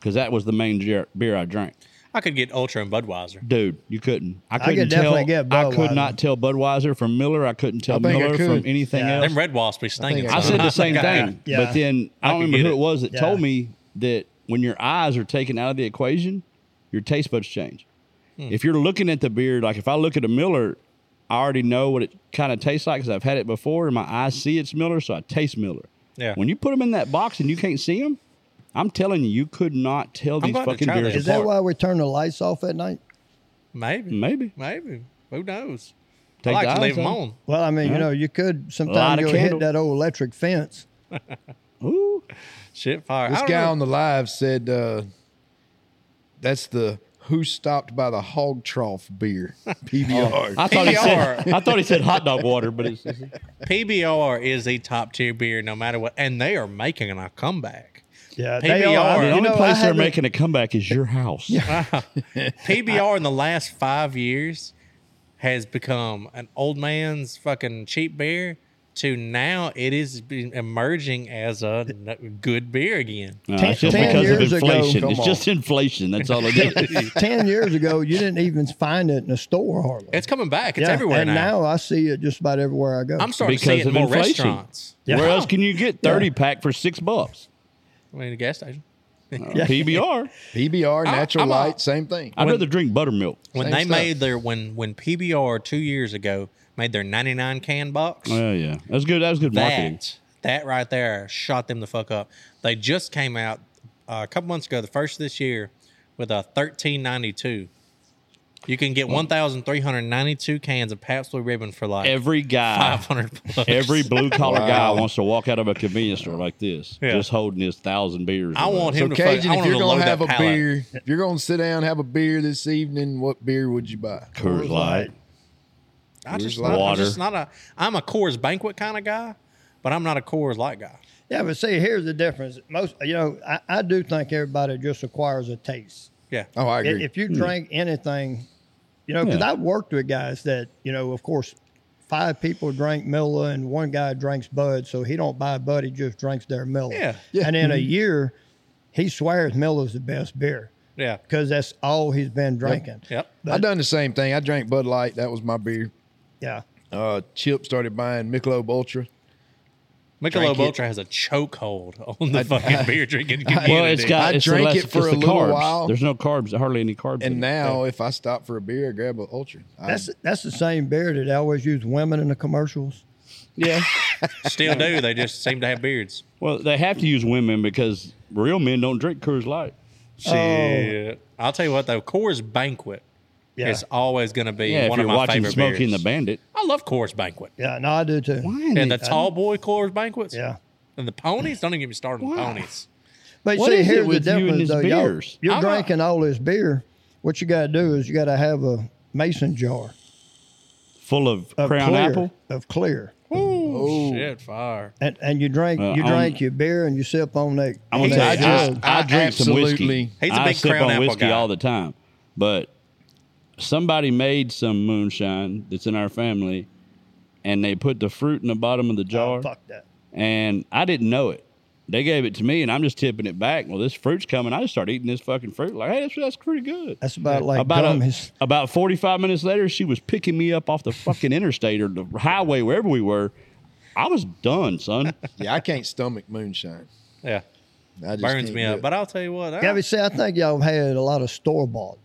Speaker 2: because that was the main jer- beer I drank.
Speaker 1: I could get Ultra and Budweiser.
Speaker 2: Dude, you couldn't. I
Speaker 3: could
Speaker 2: couldn't tell.
Speaker 3: definitely get
Speaker 2: I could
Speaker 3: Budweiser.
Speaker 2: not tell Budweiser from Miller. I couldn't tell
Speaker 4: I think I
Speaker 2: Miller from
Speaker 4: could.
Speaker 2: anything
Speaker 3: Yeah.
Speaker 2: else.
Speaker 1: Them Red Wasps be stinking.
Speaker 4: I
Speaker 2: I
Speaker 4: think
Speaker 2: said the same
Speaker 1: sometimes.
Speaker 2: thing,
Speaker 3: Yeah.
Speaker 2: but then I, don't
Speaker 1: can
Speaker 2: remember
Speaker 1: get
Speaker 2: who
Speaker 1: it.
Speaker 2: it was that
Speaker 3: Yeah.
Speaker 2: told me that when your eyes are taken out of the equation, your taste buds change.
Speaker 1: Hmm.
Speaker 2: If you're looking at the beer, like if I look at a Miller, I already know what it kind of tastes like because I've had it before, and my eyes see it's Miller, so I taste Miller.
Speaker 1: Yeah.
Speaker 2: When you put them in that box and you can't see them, I'm telling you, you could not tell these
Speaker 1: glad to
Speaker 2: fucking
Speaker 1: try
Speaker 2: beers
Speaker 1: this.
Speaker 3: Is that
Speaker 2: apart.
Speaker 3: why we turn the lights off at night?
Speaker 1: Maybe.
Speaker 2: Maybe
Speaker 1: Maybe. Who knows?
Speaker 2: Take
Speaker 1: I
Speaker 2: the
Speaker 1: like to leave
Speaker 2: eyes
Speaker 1: them
Speaker 2: out.
Speaker 1: on.
Speaker 3: Well, I mean, you know, you could
Speaker 2: Light
Speaker 3: sometimes
Speaker 2: a
Speaker 3: you'll hit
Speaker 2: candle.
Speaker 3: that old electric fence.
Speaker 2: Ooh.
Speaker 1: Shit fire.
Speaker 4: This
Speaker 1: I don't
Speaker 4: guy
Speaker 1: know.
Speaker 4: on the live said uh, that's the who stopped by the hog trough beer
Speaker 3: Oh,
Speaker 4: PBR.
Speaker 2: I thought he said I thought he said hot dog water, but it's, it's
Speaker 1: PBR is the top tier beer, no matter what, and they are making a comeback. PBR.
Speaker 3: Yeah,
Speaker 2: the
Speaker 1: You
Speaker 2: only
Speaker 3: know, I
Speaker 2: place they're
Speaker 3: haven't-
Speaker 2: making a comeback is your house.
Speaker 1: PBR in the last five years has become an old man's fucking cheap beer to now it is be- emerging as a n- good beer again.
Speaker 2: No,
Speaker 3: Ten-
Speaker 2: it's just
Speaker 3: ten
Speaker 2: because of
Speaker 3: years ago-
Speaker 2: inflation.
Speaker 4: Come
Speaker 2: it's
Speaker 4: on.
Speaker 2: just inflation. That's all it is.
Speaker 3: Ten years ago, you didn't even find it in a store hardly.
Speaker 1: It's coming back. It's
Speaker 3: Yeah,
Speaker 1: everywhere
Speaker 3: and
Speaker 1: now.
Speaker 3: now. I see it just about everywhere I go.
Speaker 1: I'm starting to see
Speaker 2: Because
Speaker 1: it in
Speaker 2: of
Speaker 1: more
Speaker 2: inflation.
Speaker 1: restaurants.
Speaker 3: Yeah.
Speaker 2: Where else can you get thirty pack for six bucks? Uh,
Speaker 1: I mean, a gas station.
Speaker 2: PBR.
Speaker 4: PBR, natural
Speaker 1: I'm a-
Speaker 4: light, same thing.
Speaker 2: I'd rather drink buttermilk.
Speaker 1: when
Speaker 4: Same
Speaker 1: they
Speaker 4: stuff.
Speaker 1: made their when when PBR two years ago made their 99 can box.
Speaker 2: Oh yeah, that's good. That was good marketing.
Speaker 1: That that right there shot them the fuck up. They just came out uh, a couple months ago, the first of this year, with a 1392. You can get 1,392 cans of Pabst Blue Ribbon for like
Speaker 2: Every guy,
Speaker 1: 500 bucks.
Speaker 2: every blue collar guy
Speaker 4: Wow.
Speaker 2: wants to walk out of a convenience store like this,
Speaker 1: Yeah.
Speaker 2: just holding his thousand beers.
Speaker 1: I
Speaker 2: in the-
Speaker 1: want him
Speaker 4: So,
Speaker 1: to fuck, I
Speaker 4: Cajun, if
Speaker 1: want him
Speaker 4: you're
Speaker 1: to load
Speaker 4: gonna have
Speaker 1: that
Speaker 4: a
Speaker 1: pallet.
Speaker 4: beer, if you're gonna sit down have a beer this evening, what beer would you buy?
Speaker 2: Coors Light.
Speaker 1: I just
Speaker 4: Coors
Speaker 1: not, I'm
Speaker 2: Water.
Speaker 1: just not a. I'm a Coors Banquet kind of guy, but I'm not a Coors Light guy.
Speaker 3: Yeah, but see, here's the difference. Most, you know, I, I do think everybody just acquires a taste.
Speaker 1: Yeah.
Speaker 4: Oh, I
Speaker 3: I-
Speaker 4: agree.
Speaker 3: If you drink anything, you know, because
Speaker 2: Hmm. Yeah.
Speaker 3: I've worked with guys that, you know, of course, five people drink Miller and one guy drinks Bud, so he don't buy Bud, he just drinks their Miller.
Speaker 1: Yeah.
Speaker 4: Yeah.
Speaker 3: And in
Speaker 2: Mm-hmm.
Speaker 3: a year, he swears Miller's the best beer
Speaker 1: Yeah.
Speaker 3: because that's all he's been drinking.
Speaker 1: Yep.
Speaker 4: I done the same thing. I drank Bud Light. That was my beer.
Speaker 3: Yeah.
Speaker 4: Uh, Chip started buying Michelob Ultra.
Speaker 1: Michelob
Speaker 4: it.
Speaker 1: Ultra has a chokehold on the fucking beer drinking community.
Speaker 2: Well, it's got.
Speaker 4: I
Speaker 2: it's the
Speaker 4: drank
Speaker 2: less-
Speaker 4: it for
Speaker 2: it's
Speaker 4: a
Speaker 2: the
Speaker 4: little
Speaker 2: carbs.
Speaker 4: while.
Speaker 2: There's no carbs, hardly any carbs.
Speaker 4: And
Speaker 1: Mm-hmm.
Speaker 2: in it.
Speaker 4: now, if I stop for a beer, I grab an Ultra. I-
Speaker 3: That's that's the same beer that they always use women in the commercials.
Speaker 2: yeah.
Speaker 1: still do. They just seem to have beards.
Speaker 2: Well, they have to use women because real men don't drink Coors Light.
Speaker 3: Oh.
Speaker 1: Shit. I'll tell you what though, Coors Banquet
Speaker 3: Yeah.
Speaker 1: is always going to be
Speaker 2: Yeah, if
Speaker 1: one
Speaker 2: you're
Speaker 1: of my
Speaker 2: watching
Speaker 1: favorite
Speaker 2: Smokey
Speaker 1: beers.
Speaker 2: and the Bandit.
Speaker 1: I love Coors Banquet.
Speaker 3: Yeah, no, I do too.
Speaker 1: And the tall boy Coors Banquets.
Speaker 3: Yeah.
Speaker 1: And the ponies. Don't even get me started on the
Speaker 2: Why?
Speaker 1: ponies.
Speaker 3: But
Speaker 2: What
Speaker 3: see,
Speaker 2: is it
Speaker 3: here's the
Speaker 2: with you and
Speaker 3: difference,
Speaker 2: these
Speaker 3: though. y'all-
Speaker 2: beers?
Speaker 3: You're
Speaker 1: I'm not-
Speaker 3: drinking all this beer. What you got to do is you got to have a mason jar
Speaker 2: Full of,
Speaker 3: of
Speaker 2: Crown
Speaker 3: clear,
Speaker 2: Apple.
Speaker 3: of clear,
Speaker 1: Oh shit, fire.
Speaker 3: and and you drink
Speaker 2: Uh,
Speaker 3: you
Speaker 2: I'm-
Speaker 3: drink your beer and you sip on that.
Speaker 2: I'm gonna
Speaker 3: that
Speaker 2: tell you, I,
Speaker 3: jug.
Speaker 2: I
Speaker 4: I
Speaker 2: drink some whiskey.
Speaker 4: absolutely-
Speaker 1: He's a
Speaker 2: I
Speaker 1: big
Speaker 2: sip
Speaker 1: Crown
Speaker 2: on
Speaker 1: Apple
Speaker 2: whiskey
Speaker 1: guy.
Speaker 2: all the time, but somebody made some moonshine that's in our family, and they put the fruit in the bottom of the jar,
Speaker 3: Oh, fuck that.
Speaker 2: and I didn't know it. They gave it to me, and I'm just tipping it back. Well, this fruit's coming. I just started eating this fucking fruit. Like, hey, that's, that's pretty good.
Speaker 3: That's about like
Speaker 2: about a-
Speaker 3: dummies.
Speaker 2: about 45 minutes later, she was picking me up off the fucking interstate or the highway, wherever we were. I was done, son.
Speaker 4: yeah, I can't stomach moonshine.
Speaker 1: Yeah.
Speaker 4: I just
Speaker 1: Burns
Speaker 4: can't
Speaker 1: me
Speaker 4: do
Speaker 1: up.
Speaker 4: it.
Speaker 1: But I'll tell you what. I-
Speaker 3: yeah, but see, I think y'all had a lot of store bought,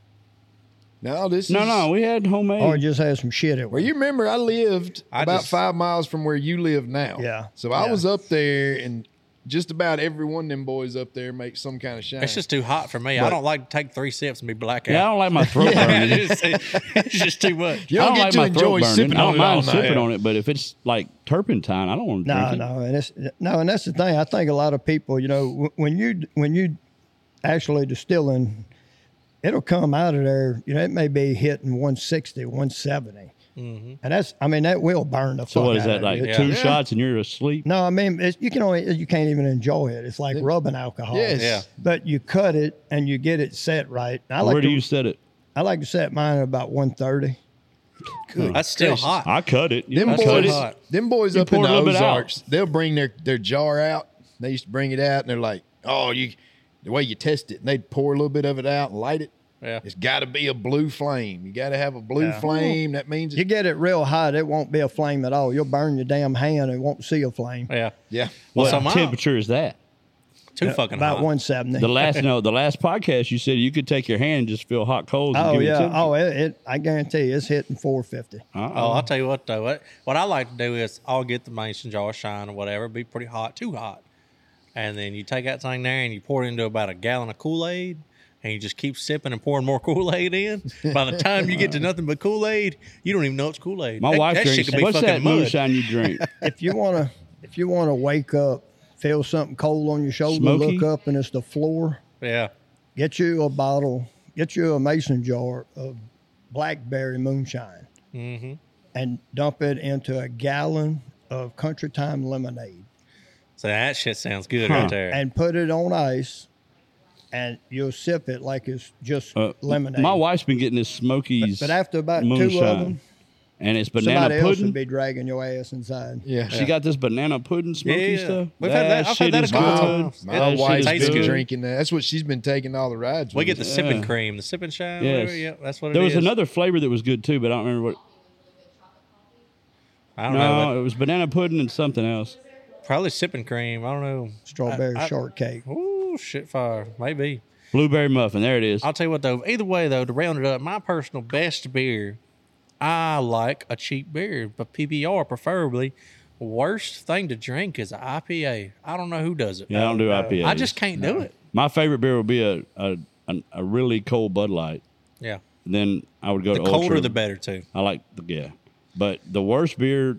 Speaker 4: no, this
Speaker 2: No,
Speaker 4: is,
Speaker 2: no, we had homemade.
Speaker 3: or just had some shit at
Speaker 4: Well,
Speaker 3: one.
Speaker 4: you remember I lived
Speaker 1: I
Speaker 4: about
Speaker 1: just-
Speaker 4: five miles from where you live now.
Speaker 3: Yeah.
Speaker 4: So I
Speaker 3: Yeah.
Speaker 4: was up there, and just about every one of them boys up there makes some kind of shine.
Speaker 1: It's just too hot for me. I don't like to take three sips and be black out.
Speaker 2: yeah, I don't like my throat burning.
Speaker 1: it's, it's just too much.
Speaker 4: you
Speaker 2: I don't
Speaker 4: don't, get
Speaker 2: like
Speaker 4: to
Speaker 2: my
Speaker 4: enjoy
Speaker 2: throat burning.
Speaker 4: sipping
Speaker 2: I
Speaker 4: on
Speaker 2: don't
Speaker 4: it all
Speaker 2: mind
Speaker 4: night.
Speaker 2: sipping on it, but if it's like turpentine, I don't want to
Speaker 3: No,
Speaker 2: drink it.
Speaker 3: no, and it's no, and that's the thing. I think a lot of people, you know, wh- when you when you actually distilling, it'll come out of there. You know, it may be hitting 160, 170,
Speaker 2: Mm-hmm.
Speaker 3: and that's I mean that will burn the.
Speaker 2: So
Speaker 3: fuck
Speaker 2: what is
Speaker 3: out
Speaker 2: that
Speaker 3: of
Speaker 2: like?
Speaker 3: you. It-
Speaker 2: Two
Speaker 1: Yeah.
Speaker 2: shots and you're asleep.
Speaker 3: No, I mean it's, you can only you can't even enjoy it. It's like rubbing alcohol.
Speaker 4: Yes.
Speaker 1: Yeah.
Speaker 3: But you cut it and you get it set right. And I like
Speaker 2: Where
Speaker 3: to,
Speaker 2: do you set it?
Speaker 3: I like to set mine at about 130.
Speaker 1: That's still
Speaker 4: Christ.
Speaker 1: hot.
Speaker 2: I cut it. You
Speaker 4: Them
Speaker 2: know,
Speaker 1: That's
Speaker 2: cut
Speaker 1: what
Speaker 4: boys,
Speaker 1: it-
Speaker 2: it.
Speaker 4: them boys
Speaker 2: You
Speaker 4: up in
Speaker 2: pour a
Speaker 4: the
Speaker 2: little bit out.
Speaker 4: Ozarks, they'll bring their, their jar out. They used to bring it out, and they're like, "Oh, you, the way you test it." And they'd pour a little bit of it out and light it.
Speaker 1: Yeah.
Speaker 4: It's got to be a blue flame. You got to have a blue
Speaker 3: Yeah.
Speaker 4: flame. That means,
Speaker 3: You
Speaker 4: it,
Speaker 3: get it real hot, it won't be a flame at all. You'll burn your damn hand and won't see a flame.
Speaker 1: Yeah.
Speaker 4: yeah.
Speaker 1: Well,
Speaker 2: What
Speaker 1: so my-
Speaker 2: temperature is that?
Speaker 1: Too fucking
Speaker 3: about
Speaker 1: hot.
Speaker 3: 170.
Speaker 2: The last no, the last podcast you said you could take your hand and just feel hot cold. And
Speaker 3: Oh
Speaker 2: give it
Speaker 3: yeah.
Speaker 2: temperature.
Speaker 3: Oh, it, it. I guarantee you, it's hitting 450.
Speaker 2: Uh-oh.
Speaker 1: Oh, I'll tell you what though. What, what I like to do is I'll get the mason jar shine or whatever, be pretty hot, too hot, and then you take that thing there and you pour it into about a gallon of Kool Aid, and you just keep sipping and pouring more Kool Aid in. By the time you get to nothing but Kool Aid, you don't even know it's Kool Aid.
Speaker 2: My
Speaker 1: that,
Speaker 2: wife
Speaker 1: that shit
Speaker 2: drinks.
Speaker 1: could be
Speaker 2: What's
Speaker 1: fucking
Speaker 2: that
Speaker 1: mud.
Speaker 2: moonshine you drink?
Speaker 3: If you want to, if you want to wake up, feel something cold on your shoulder,
Speaker 2: Smoky?
Speaker 3: look up and it's the floor.
Speaker 1: Yeah,
Speaker 3: Get you a bottle. Get you a mason jar of blackberry moonshine,
Speaker 2: Mm-hmm.
Speaker 3: and dump it into a gallon of country time lemonade,
Speaker 1: so that shit sounds good
Speaker 2: Huh.
Speaker 1: right there.
Speaker 3: and put it on ice, and you'll sip it like it's just
Speaker 2: Uh,
Speaker 3: lemonade.
Speaker 2: My wife's been getting this Smokies,
Speaker 3: but after about two of
Speaker 2: moonshine,
Speaker 3: them,
Speaker 2: and it's banana
Speaker 3: Somebody else
Speaker 2: pudding.
Speaker 3: would be dragging your ass inside.
Speaker 4: Yeah.
Speaker 2: She got this banana pudding smoky
Speaker 1: Yeah.
Speaker 2: stuff.
Speaker 1: We've had that- I've had
Speaker 2: shit
Speaker 1: that a
Speaker 2: is
Speaker 1: couple
Speaker 2: good.
Speaker 1: times.
Speaker 4: My
Speaker 1: That
Speaker 2: shit
Speaker 4: wife's
Speaker 2: is
Speaker 1: tastes
Speaker 4: been
Speaker 1: good.
Speaker 4: drinking that. That's what she's been taking all the rides.
Speaker 1: we
Speaker 4: with
Speaker 1: get the
Speaker 4: us.
Speaker 1: sipping
Speaker 2: yeah.
Speaker 1: cream, the sipping shine.
Speaker 2: Yes.
Speaker 1: whatever. Yeah, that's what it
Speaker 2: There was
Speaker 1: is.
Speaker 2: another flavor that was good too, but I don't remember what.
Speaker 1: I don't
Speaker 2: No,
Speaker 1: know.
Speaker 2: it was banana pudding and something else.
Speaker 1: but Probably sipping cream. I don't know.
Speaker 3: Strawberry
Speaker 1: I- I-
Speaker 3: shortcake.
Speaker 1: Ooh, shit fire. Maybe.
Speaker 2: Blueberry muffin. There it is.
Speaker 1: I'll tell you what though. Either way though, to round it up, my personal best beer, I like a cheap beer, but PBR preferably. Worst thing to drink is an IPA. I don't know who does it.
Speaker 2: yeah, I don't do IPAs.
Speaker 1: I just can't do it.
Speaker 2: My favorite beer would be a a, an- a really cold Bud Light.
Speaker 1: Yeah,
Speaker 2: Then I would go
Speaker 1: The
Speaker 2: to
Speaker 1: colder
Speaker 2: Ultra.
Speaker 1: the better too.
Speaker 2: I like the yeah, but the worst beer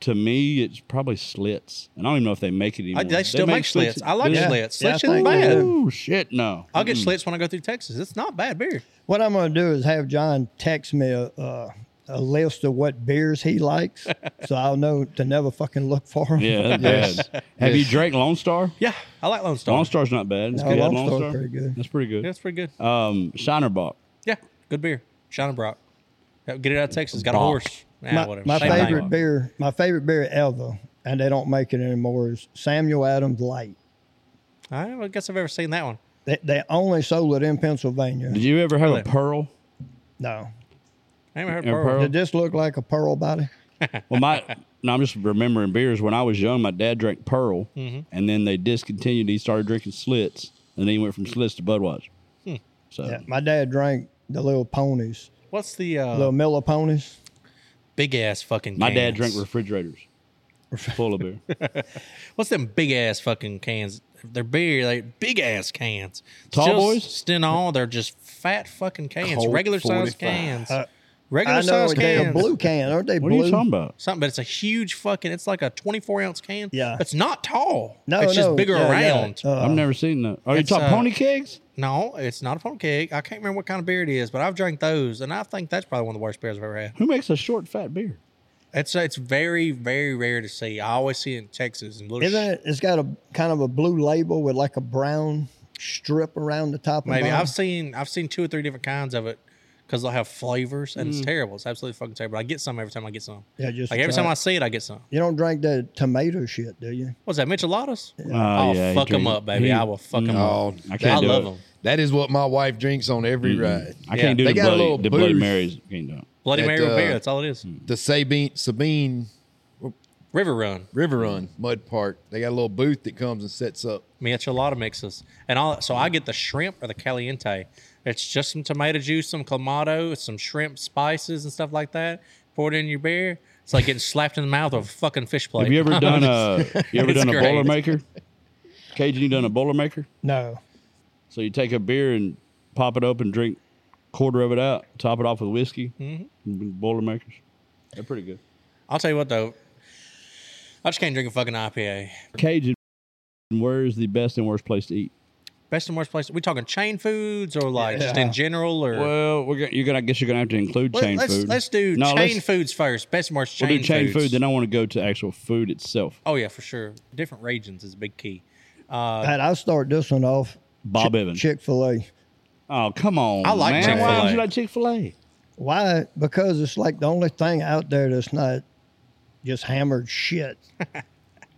Speaker 2: to me it's probably Slits, and I don't even know if they make it anymore.
Speaker 1: I, they still make Schlitz. I like
Speaker 2: Yeah. Mm.
Speaker 1: Schlitz.
Speaker 4: Yeah, I
Speaker 1: Schlitz isn't
Speaker 4: think they
Speaker 1: bad.
Speaker 4: do.
Speaker 2: Ooh, shit, no.
Speaker 1: I'll get Schlitz when I go through Texas. It's not bad beer.
Speaker 3: What I'm going to do is have John text me a, a, a list of what beers he likes, so I'll know to never fucking look for them.
Speaker 2: Yeah, that's
Speaker 4: Yes.
Speaker 2: bad. Have you
Speaker 4: Yes.
Speaker 2: drank Lone Star?
Speaker 1: Yeah, I like Lone Star.
Speaker 2: Lone Star's not bad. It's
Speaker 3: No,
Speaker 2: good.
Speaker 3: Lone
Speaker 2: Lone,
Speaker 3: Star's
Speaker 2: Star,
Speaker 3: pretty good.
Speaker 2: That's pretty good.
Speaker 1: Yeah, it's pretty good.
Speaker 2: Um, Shinerbach.
Speaker 1: Yeah, good beer. Brock. Get it out of Texas. Got a
Speaker 2: Brock.
Speaker 1: horse. Nah,
Speaker 3: my,
Speaker 1: whatever.
Speaker 3: my
Speaker 1: Same thing.
Speaker 3: favorite beer, my favorite beer ever, and they don't make it anymore, is Samuel Adams Light.
Speaker 1: I don't guess I've ever seen that one.
Speaker 3: They, they only sold it in Pennsylvania.
Speaker 2: Did you ever have a
Speaker 1: Really?
Speaker 2: Pearl?
Speaker 3: No,
Speaker 1: I never heard
Speaker 2: And
Speaker 1: Pearl.
Speaker 2: Pearl.
Speaker 3: did this look like a pearl body?
Speaker 2: Well, my no, I'm just remembering beers. When I was young, my dad drank Pearl,
Speaker 1: Mm-hmm.
Speaker 2: and then they discontinued. He started drinking Slits, and then he went from Slits to Budweiser.
Speaker 1: Uh,
Speaker 2: So
Speaker 3: Yeah, my dad drank the little ponies,
Speaker 1: What's the uh,
Speaker 3: little Miller ponies.
Speaker 1: big ass fucking?
Speaker 2: my
Speaker 1: cans?
Speaker 2: dad drank refrigerators full of beer.
Speaker 1: What's them big ass fucking cans? They're beer, they big ass cans.
Speaker 2: Tall
Speaker 1: Still
Speaker 2: boys?
Speaker 1: Sten all, they're just fat fucking cans,
Speaker 4: Colt
Speaker 1: regular size
Speaker 4: 45.
Speaker 1: cans.
Speaker 3: Uh,
Speaker 1: regular
Speaker 3: I know
Speaker 1: size
Speaker 3: they're
Speaker 1: cans.
Speaker 3: blue can, aren't they
Speaker 2: What
Speaker 3: blue?
Speaker 2: are you talking about?
Speaker 1: Something, but it's a huge fucking. It's like a twenty-four ounce can.
Speaker 3: Yeah.
Speaker 1: it's not tall.
Speaker 3: No,
Speaker 1: it's
Speaker 3: no,
Speaker 1: just bigger
Speaker 3: yeah, yeah.
Speaker 1: around.
Speaker 3: Uh,
Speaker 2: I've never seen that. Are you
Speaker 1: it's,
Speaker 2: talking
Speaker 1: uh,
Speaker 2: pony kegs?
Speaker 1: No, it's not a pumpkin cake. I can't remember what kind of beer it is, but I've drank those, and I think that's probably one of the worst beers I've ever had.
Speaker 2: Who makes a short fat beer?
Speaker 1: It's it's very very rare to see. I always see it in Texas and little.
Speaker 3: Isn't
Speaker 1: sh-
Speaker 3: it? It's got a kind of a blue label with like a brown strip around the top.
Speaker 1: Maybe
Speaker 3: and bottom.
Speaker 1: I've seen I've seen two or three different kinds of it because they'll have flavors and
Speaker 2: Mm.
Speaker 1: it's terrible. It's absolutely fucking terrible. I get some every time I get some.
Speaker 3: Yeah, just
Speaker 1: Like every
Speaker 3: try
Speaker 1: time I
Speaker 3: it.
Speaker 1: see it, I get some.
Speaker 3: You don't drink the tomato shit, do you?
Speaker 1: What's that, micheladas?
Speaker 2: Oh,
Speaker 1: I'll
Speaker 2: yeah, he
Speaker 1: fuck them
Speaker 2: drinks-
Speaker 1: up, baby.
Speaker 2: he- Mm-hmm.
Speaker 1: I will fuck them up.
Speaker 4: Oh,
Speaker 2: I
Speaker 1: I
Speaker 2: can't do
Speaker 1: love
Speaker 2: it.
Speaker 1: them.
Speaker 4: That is what my wife drinks on every ride.
Speaker 2: I
Speaker 1: Yeah.
Speaker 2: can't do
Speaker 4: They
Speaker 2: the
Speaker 4: got a
Speaker 2: Bloody,
Speaker 4: little
Speaker 2: the Bloody
Speaker 4: booth.
Speaker 2: Marys. Can't do it.
Speaker 1: Bloody
Speaker 4: That,
Speaker 1: Mary with
Speaker 4: uh,
Speaker 1: beer. That's all it is.
Speaker 4: The Sabine Sabine
Speaker 1: River Run
Speaker 4: River Run Mud Park. They got a little booth that comes and sets up.
Speaker 1: michelada mixes and all. So I get the shrimp or the caliente. It's just some tomato juice, some clamato, some shrimp spices and stuff like that. Pour it in your beer. It's like getting slapped in the mouth with a fucking fish plate.
Speaker 2: Have you ever done a you ever
Speaker 1: It's
Speaker 2: done a
Speaker 1: great.
Speaker 2: boiler maker? Cajun, you done a boiler maker?
Speaker 3: No.
Speaker 2: So you take a beer and pop it up and drink quarter of it out, top it off with whiskey. Mm-hmm. Boilermakers, they're pretty good.
Speaker 1: I'll tell you what though. I just can't drink a fucking IPA.
Speaker 2: Cajun, where is the best and worst place to eat?
Speaker 1: Best and worst place. We talking chain foods or like just in general or
Speaker 2: Well, we're gonna, you're gonna. I guess you're gonna have to include
Speaker 1: Let-
Speaker 2: chain
Speaker 1: let's
Speaker 2: food.
Speaker 1: let's do
Speaker 2: No,
Speaker 1: chain
Speaker 2: let's-
Speaker 1: foods first. Best and worst chain,
Speaker 2: We'll do chain
Speaker 1: foods.
Speaker 2: food. Then I want to go to actual food itself.
Speaker 1: oh yeah, for sure. Different regions is a big key.
Speaker 3: All right, I'll start this one off.
Speaker 2: Bob Evans.
Speaker 3: Chick fil A.
Speaker 2: oh come on!
Speaker 1: I like
Speaker 2: man.
Speaker 1: Chick-fil-A.
Speaker 2: Why would you like Chick Fil A?
Speaker 3: Why? Because it's like the only thing out there that's not just hammered shit.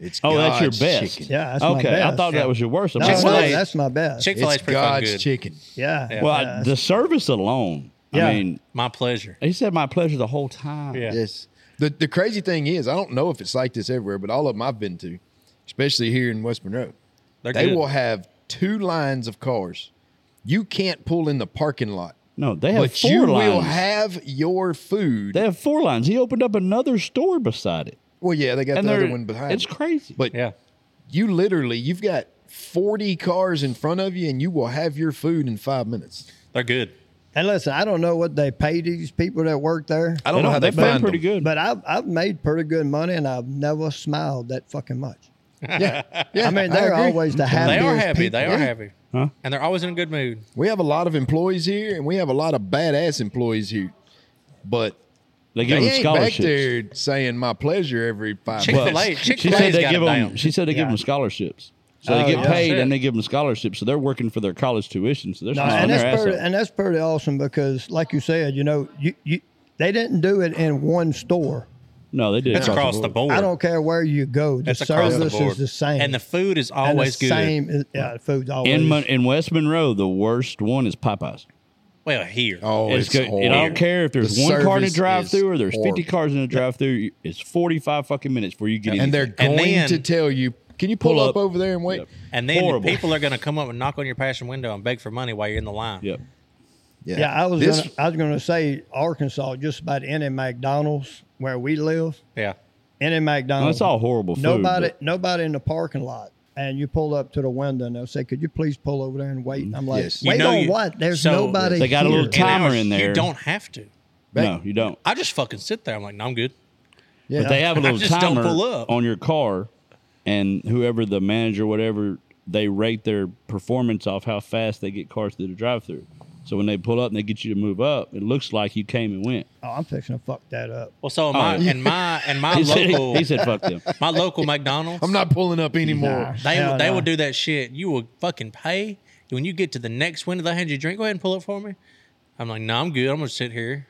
Speaker 4: It's
Speaker 2: Oh, that's your
Speaker 4: God's
Speaker 2: best.
Speaker 4: Chicken.
Speaker 3: Yeah, that's my
Speaker 2: Okay, I
Speaker 3: best.
Speaker 2: thought
Speaker 1: Yeah.
Speaker 2: that was your worst. I'm
Speaker 3: No,
Speaker 2: like,
Speaker 1: Chick-fil-A.
Speaker 3: no, that's my best.
Speaker 1: Chick Fil A's
Speaker 4: It's
Speaker 1: pretty fucking
Speaker 4: God's
Speaker 1: good.
Speaker 4: chicken.
Speaker 3: yeah.
Speaker 1: Yeah.
Speaker 2: Well,
Speaker 3: Yeah.
Speaker 2: I, the service alone.
Speaker 3: Yeah.
Speaker 2: I mean,
Speaker 1: My pleasure.
Speaker 2: he said my pleasure the whole time.
Speaker 1: Yeah.
Speaker 4: Yes. The the crazy thing is, I don't know if it's like this everywhere, but all of them I've been to, especially here in West Monroe,
Speaker 1: They're
Speaker 4: they
Speaker 1: good.
Speaker 4: will have two lines of cars. You can't pull in the parking lot,
Speaker 2: No, they have
Speaker 4: but
Speaker 2: four
Speaker 4: you
Speaker 2: lines.
Speaker 4: will have your food.
Speaker 2: They have four lines. He opened up another store beside it,
Speaker 4: well, yeah, they got
Speaker 2: and
Speaker 4: the other
Speaker 2: they're
Speaker 4: one behind.
Speaker 2: it's
Speaker 4: it.
Speaker 2: crazy.
Speaker 4: But
Speaker 1: yeah.
Speaker 4: you literally, you've got 40 cars in front of you, and you will have your food in five minutes.
Speaker 1: They're good.
Speaker 3: And listen, I don't know what they pay these people that work there,
Speaker 4: I don't know how they,
Speaker 2: they pay
Speaker 4: find
Speaker 2: pretty
Speaker 4: them.
Speaker 2: good.
Speaker 3: but I've, I've made pretty good money and I've never smiled that fucking much.
Speaker 4: Yeah, yeah,
Speaker 3: I mean, they're
Speaker 4: agree.
Speaker 3: always the
Speaker 1: They
Speaker 3: happiest.
Speaker 1: are happy.
Speaker 3: people.
Speaker 1: They are happy.
Speaker 2: Huh?
Speaker 1: And they're always in a good mood.
Speaker 4: We have a lot of employees here, and we have a lot of badass employees here, but
Speaker 2: they
Speaker 4: They
Speaker 2: give them
Speaker 4: ain't back
Speaker 2: scholarships.
Speaker 4: there saying my pleasure every five
Speaker 1: Chick-fil-A.
Speaker 4: minutes.
Speaker 1: Chick-fil-A.
Speaker 2: she said
Speaker 1: Chick-fil-A's
Speaker 2: they
Speaker 1: got
Speaker 2: give
Speaker 1: it
Speaker 2: them.
Speaker 1: down.
Speaker 2: She said they give them scholarships, so
Speaker 3: Oh,
Speaker 2: they get
Speaker 1: yeah.
Speaker 2: paid
Speaker 1: Shit.
Speaker 2: and they give them scholarships. So they're working for their college tuition. So they're
Speaker 3: No,
Speaker 2: smiling
Speaker 3: and,
Speaker 2: their
Speaker 3: that's
Speaker 2: ass
Speaker 3: pretty,
Speaker 2: off.
Speaker 3: and that's pretty awesome because, like you said, you know, you, you they didn't do it in one store.
Speaker 2: No, they did.
Speaker 1: That's across the board.
Speaker 3: I don't care where you go, the
Speaker 1: That's across the
Speaker 3: service
Speaker 1: board.
Speaker 3: is the same.
Speaker 1: And the food is
Speaker 3: And the
Speaker 1: always good.
Speaker 3: Same, is- yeah, the food's always.
Speaker 2: In Mon- in West Monroe, the worst one is Popeyes.
Speaker 1: Well, here.
Speaker 4: Oh,
Speaker 2: it's
Speaker 4: it's,
Speaker 2: good.
Speaker 4: horrible.
Speaker 2: I don't care if there's
Speaker 4: The
Speaker 2: one car in the
Speaker 4: service
Speaker 2: drive-through
Speaker 4: is
Speaker 2: or there's 50
Speaker 4: horrible.
Speaker 2: cars in the drive-through. It's 45 fucking minutes before you get in.
Speaker 4: And they're
Speaker 1: And
Speaker 4: going
Speaker 1: then-
Speaker 4: to tell you, can you pull,
Speaker 2: Pull
Speaker 4: up,
Speaker 2: up.
Speaker 4: over there and wait?
Speaker 2: Yep.
Speaker 1: And then
Speaker 2: Horrible.
Speaker 1: people are going to come up and knock on your passion window and beg for money while you're in the line.
Speaker 2: Yep.
Speaker 3: Yeah, I was
Speaker 4: This-
Speaker 3: gonna, I was gonna say Arkansas. Just about any McDonald's where we live,
Speaker 1: Yeah.
Speaker 3: any McDonald's.
Speaker 2: all horrible food,
Speaker 3: Nobody,
Speaker 2: but-
Speaker 3: nobody in the parking lot and you pull up to the window and they'll say, "Could you please pull over there and wait?" I'm like,
Speaker 4: Mm, Yes.
Speaker 1: You
Speaker 3: "Wait
Speaker 1: know
Speaker 3: on
Speaker 1: you-
Speaker 3: what? There's
Speaker 1: so-
Speaker 3: nobody."
Speaker 2: They got a
Speaker 3: here."
Speaker 2: little time- Timer
Speaker 1: ours,
Speaker 2: in there.
Speaker 1: You don't have to.
Speaker 2: No, you don't.
Speaker 1: I just fucking sit there. I'm like, no, I'm good.
Speaker 4: Yeah.
Speaker 2: But they have a
Speaker 1: I
Speaker 2: little
Speaker 1: just don't
Speaker 2: timer
Speaker 1: pull up.
Speaker 2: on your car, and whoever the manager, whatever, they rate their performance off how fast they get cars through the drive-through. So when they pull up and they get you to move up, it looks like you came and went.
Speaker 3: Oh, I'm fixing to fuck that up.
Speaker 1: Well, so my and my and my
Speaker 2: He said,
Speaker 1: local
Speaker 2: he said, "Fuck them."
Speaker 1: my local McDonald's.
Speaker 4: I'm not pulling up anymore.
Speaker 3: Nah.
Speaker 1: They
Speaker 3: Hell
Speaker 1: will, they
Speaker 3: no.
Speaker 1: will do that shit. You will fucking pay. When you get to the next window, they hand you a drink. Go ahead and pull it for me. I'm like, no, I'm good. I'm gonna sit here.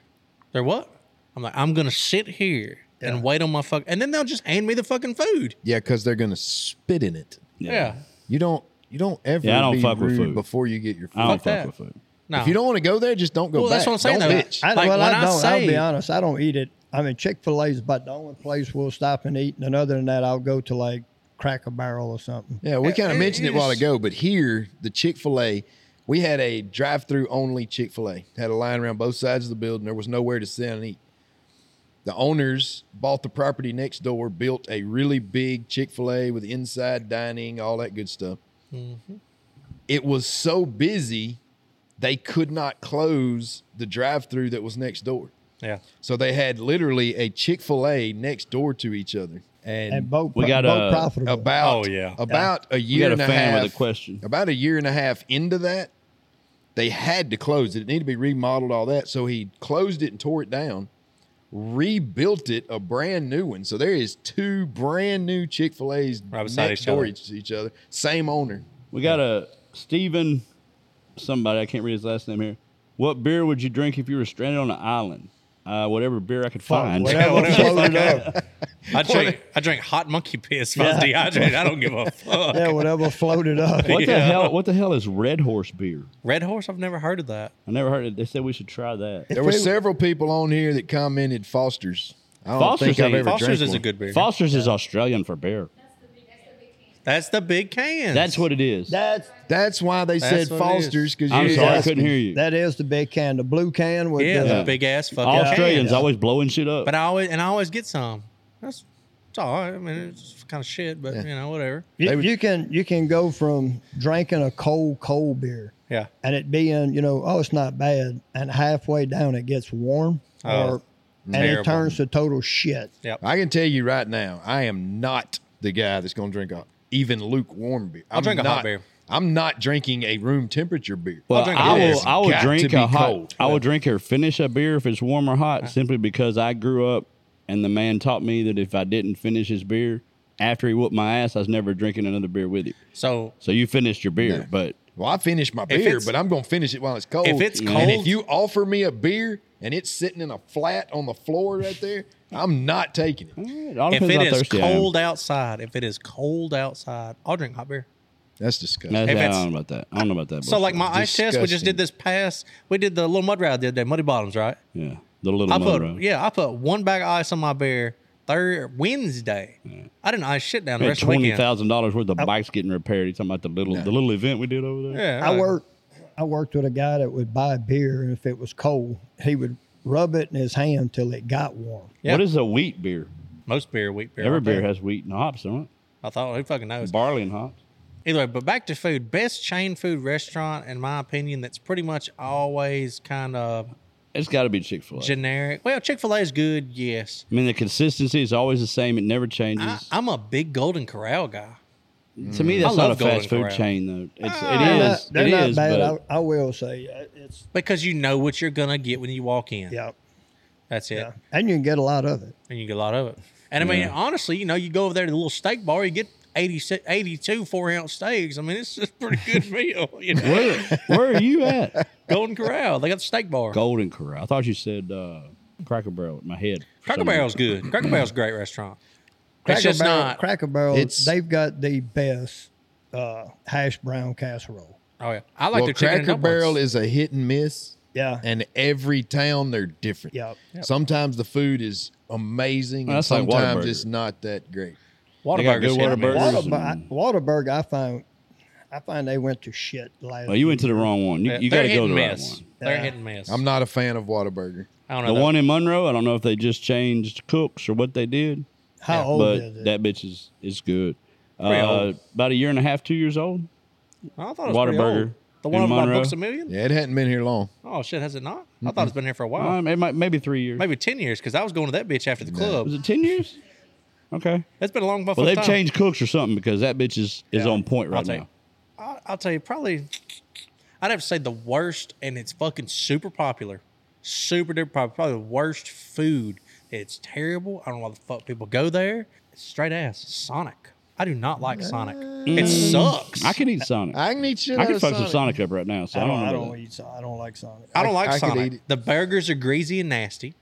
Speaker 1: They're what? I'm like, I'm gonna sit here
Speaker 3: Yeah.
Speaker 1: and wait on my fuck. And then they'll just hand me the fucking food.
Speaker 4: Yeah, because they're gonna spit in it.
Speaker 1: Yeah.
Speaker 4: You don't. You don't ever
Speaker 2: Yeah, I don't
Speaker 4: be
Speaker 2: fuck with
Speaker 4: rude
Speaker 2: food.
Speaker 4: before you get your food.
Speaker 2: I don't
Speaker 1: Fuck
Speaker 2: fuck
Speaker 1: that.
Speaker 2: with food.
Speaker 1: No.
Speaker 4: If you don't want to go there, just don't go
Speaker 1: Well,
Speaker 4: back.
Speaker 1: that's what I'm saying,
Speaker 4: Don't
Speaker 1: though.
Speaker 4: bitch.
Speaker 3: I,
Speaker 1: Like,
Speaker 3: well, I
Speaker 1: when I
Speaker 3: don't. I'll
Speaker 1: say-
Speaker 3: be honest. I don't eat it. I mean, Chick Fil A is about the only place we'll stop and eat, and then other than that, I'll go to like Cracker Barrel or something.
Speaker 4: Yeah, we
Speaker 1: it-
Speaker 4: kind of mentioned it a
Speaker 1: it
Speaker 4: while
Speaker 1: is-
Speaker 4: ago, but here, the Chick fil A, we had a drive through only Chick fil A. Had a line around both sides of the building. There was nowhere to sit and eat. The owners bought the property next door, built a really big Chick fil A with inside dining, all that good stuff.
Speaker 1: Mm-hmm.
Speaker 4: It was so busy, they could not close the drive through that was next door.
Speaker 1: yeah.
Speaker 4: So they had literally a Chick fil A next door to each other. And,
Speaker 3: And both
Speaker 2: We got,
Speaker 3: both
Speaker 2: uh,
Speaker 3: profitable.
Speaker 4: about
Speaker 1: Oh, yeah.
Speaker 4: about a
Speaker 2: We
Speaker 4: year
Speaker 2: got a
Speaker 4: and a
Speaker 2: fan
Speaker 4: half
Speaker 2: with a question.
Speaker 4: about a year and a half into that they had to close it it needed to be remodeled all that so he closed it and tore it down rebuilt it a brand new one so there is two brand new chick-fil-a's
Speaker 1: Right beside
Speaker 4: next
Speaker 1: each
Speaker 4: door
Speaker 1: other.
Speaker 4: each, each other same owner
Speaker 2: We got a Stephen, somebody I can't read his last name here. What beer would you drink if you were stranded on an island? Uh, whatever beer I could find.
Speaker 3: whatever.
Speaker 1: whatever the
Speaker 3: floated
Speaker 1: fuck I, I drink I drink hot monkey piss if I was dehydrated. I don't give a fuck.
Speaker 3: Yeah, whatever floated up.
Speaker 2: What the
Speaker 1: Yeah.
Speaker 2: hell? What the hell is Red Horse beer?
Speaker 1: Red horse, I've never heard of that.
Speaker 2: I never heard it. They said we should try that.
Speaker 4: there were
Speaker 3: they-
Speaker 4: several people on here that commented foster's i don't
Speaker 2: Foster's
Speaker 4: think i've
Speaker 2: ain't-
Speaker 4: ever
Speaker 1: Foster's
Speaker 4: drank
Speaker 1: is a
Speaker 4: one.
Speaker 1: good beer.
Speaker 2: Foster's is Australian for beer.
Speaker 1: That's the big can.
Speaker 2: That's what it is.
Speaker 3: That's
Speaker 4: that's why they
Speaker 1: That's
Speaker 4: said
Speaker 1: what it is.
Speaker 4: foster's because
Speaker 2: I'm
Speaker 4: you
Speaker 2: sorry, I
Speaker 4: asked
Speaker 2: couldn't
Speaker 4: me.
Speaker 2: hear you.
Speaker 3: that is the big can, the blue can with
Speaker 1: yeah,
Speaker 3: the
Speaker 1: the big ass fucking
Speaker 2: All
Speaker 1: can.
Speaker 2: Australians always blowing shit up.
Speaker 1: But I always and I always get some. That's it's all right. I mean, it's kind of shit, but you know, whatever.
Speaker 3: You, you can you can go from drinking a cold cold beer
Speaker 1: Yeah.
Speaker 3: and it being you know oh it's not bad and halfway down it gets warm
Speaker 1: Oh,
Speaker 3: or and
Speaker 1: terrible.
Speaker 3: it turns to total shit.
Speaker 4: I can tell you right now, I am not the guy that's going to drink a even lukewarm beer. i
Speaker 1: I'll drink a hot beer.
Speaker 4: I'm not drinking a room temperature beer.
Speaker 2: well,
Speaker 1: drink
Speaker 2: I
Speaker 1: it.
Speaker 2: will.
Speaker 1: It's
Speaker 2: I will
Speaker 4: got to
Speaker 2: drink
Speaker 4: be
Speaker 2: a hot.
Speaker 4: cold.
Speaker 2: I will drink or finish a beer if it's warm or hot, simply because I grew up and the man taught me that if I didn't finish his beer after he whooped my ass, I was never drinking another beer with him.
Speaker 1: So
Speaker 2: So you finished your beer,
Speaker 4: Yeah.
Speaker 2: but
Speaker 4: Well, I finish my
Speaker 1: If
Speaker 4: beer,
Speaker 1: it's-
Speaker 4: but I'm going to finish it while it's cold.
Speaker 1: if it's
Speaker 4: and if
Speaker 1: cold-
Speaker 4: you offer me a beer and it's sitting in a flat on the floor right there, I'm not taking it.
Speaker 2: it all
Speaker 1: if
Speaker 2: depends
Speaker 1: it
Speaker 2: how
Speaker 1: is
Speaker 2: thirsty I am.
Speaker 1: cold outside, if it is cold outside, I'll drink hot beer.
Speaker 4: That's disgusting.
Speaker 2: That's-
Speaker 1: if
Speaker 2: I
Speaker 1: it's-
Speaker 2: don't know about that. I don't know about that.
Speaker 1: So like my ice chest, we just
Speaker 4: Disgusting.
Speaker 1: did this pass. We did the little mud ride the other day, muddy bottoms, right?
Speaker 2: bullshit. yeah, the little
Speaker 1: I
Speaker 2: mud
Speaker 1: put
Speaker 2: road.
Speaker 1: yeah, I put one bag of ice on my beer third Wednesday. I didn't ice shit down the
Speaker 2: We had
Speaker 1: rest of the
Speaker 2: twenty
Speaker 1: weekend.
Speaker 2: thousand dollars worth of bikes getting repaired. He's talking about the little the little event we did over there.
Speaker 1: Yeah,
Speaker 3: I
Speaker 1: like,
Speaker 3: worked I worked with a guy that would buy beer and if it was cold he would rub it in his hand till it got warm.
Speaker 1: Yeah.
Speaker 2: What is a wheat beer?
Speaker 1: most beer, wheat beer.
Speaker 2: Every
Speaker 1: I
Speaker 2: beer
Speaker 1: think.
Speaker 2: has wheat and hops, don't
Speaker 1: I thought who fucking knows.
Speaker 2: it? Barley and hops.
Speaker 1: Either way, but back to food. Best chain food restaurant, in my opinion, that's pretty much always kind of
Speaker 2: It's got to be Chick Fil A. I
Speaker 1: generic. Well, Chick Fil A is good, yes.
Speaker 2: mean, the consistency is always the same. It never changes.
Speaker 1: I, I'm a big Golden Corral guy.
Speaker 2: to me,
Speaker 1: Mm.
Speaker 2: that's
Speaker 1: I
Speaker 2: not a
Speaker 1: love Golden
Speaker 2: fast food
Speaker 1: Corral.
Speaker 2: chain, though. It's,
Speaker 1: Ah,
Speaker 2: it
Speaker 3: Uh, They're
Speaker 2: is.
Speaker 3: not, they're
Speaker 2: it
Speaker 3: not
Speaker 2: is,
Speaker 3: bad.
Speaker 2: but
Speaker 3: I, I will say uh, it's
Speaker 1: because you know what you're gonna get when you walk in.
Speaker 3: yeah,
Speaker 1: that's it,
Speaker 3: yeah. And you can get a lot of it.
Speaker 1: and you get a lot of it. And I mean,
Speaker 2: Yeah.
Speaker 1: honestly, you know, you go over there to the little steak bar, you get 80, 82 four ounce steaks. I mean, it's just a pretty good meal. You know,
Speaker 2: where, where are you at?
Speaker 1: Golden Corral, they got the steak bar.
Speaker 2: Golden Corral. I thought you said uh, Cracker Barrel. in My head. for
Speaker 1: Cracker
Speaker 2: some
Speaker 1: Barrel's good. Cracker Barrel's a great restaurant.
Speaker 3: Cracker
Speaker 1: it's just
Speaker 3: Barrel,
Speaker 1: not.
Speaker 3: Cracker Barrel.
Speaker 4: It's-
Speaker 3: they've got the best uh, hash brown casserole.
Speaker 1: oh yeah, I like
Speaker 4: well,
Speaker 1: the
Speaker 4: Cracker Barrel is a hit and miss,
Speaker 3: Yeah,
Speaker 4: and every town they're different.
Speaker 3: Yep.
Speaker 4: Sometimes the food is amazing,
Speaker 2: Well,
Speaker 4: and
Speaker 2: that's like
Speaker 4: sometimes
Speaker 2: Whataburger.
Speaker 4: it's not that great.
Speaker 1: Waterburger.
Speaker 2: They got good Whataburgers. Burgers
Speaker 3: Waterburg,
Speaker 2: and-
Speaker 3: Waterburg, I find, I find they went to shit last.
Speaker 2: Well, Oh, you went to the wrong one. You, you got to go to the right
Speaker 1: miss.
Speaker 2: one.
Speaker 1: They're
Speaker 3: Yeah.
Speaker 1: hit and miss.
Speaker 4: I'm not a fan of Whataburger.
Speaker 1: I don't know
Speaker 2: The
Speaker 1: that-
Speaker 2: one in Monroe, I don't know if they just changed cooks or what they did,
Speaker 3: How old
Speaker 2: but
Speaker 3: is it?
Speaker 2: that bitch is is good.
Speaker 1: Pretty
Speaker 2: uh,
Speaker 1: old.
Speaker 2: about a year and a half, two years old.
Speaker 1: I thought it was pretty
Speaker 2: Whataburger
Speaker 1: old. The
Speaker 2: in
Speaker 1: one over by
Speaker 2: Monroe.
Speaker 1: Books a Million?
Speaker 4: Yeah, it hadn't been here long.
Speaker 1: Oh, shit, has it not? I thought it's been here for a while.
Speaker 2: Um, it might maybe three years.
Speaker 1: Maybe 10 years because I was going to that bitch after the
Speaker 2: Was
Speaker 1: club.
Speaker 2: it ten years? Okay.
Speaker 1: It's been a long motherfucking
Speaker 2: Well, they've
Speaker 1: time.
Speaker 2: changed cooks or something because that bitch is, is
Speaker 1: Yeah.
Speaker 2: on point
Speaker 1: I'll
Speaker 2: right
Speaker 1: tell you.
Speaker 2: now.
Speaker 1: I'll, I'll tell you, probably, I'd have to say the worst, and it's fucking super popular, super duper popular. Probably the worst food. It's terrible. I don't know why the fuck people go there. It's straight ass Sonic. I do not like Sonic. It sucks.
Speaker 2: Mm. I could eat Sonic. I,
Speaker 4: I can eat shit. out
Speaker 2: could
Speaker 4: of
Speaker 2: fuck some Sonic up right now. So I don't, know.
Speaker 3: Oh, I
Speaker 2: about
Speaker 3: don't
Speaker 2: that.
Speaker 3: eat. Son- I don't like Sonic.
Speaker 1: I don't like
Speaker 4: I could eat
Speaker 1: Sonic.
Speaker 4: it.
Speaker 1: The burgers are greasy and nasty.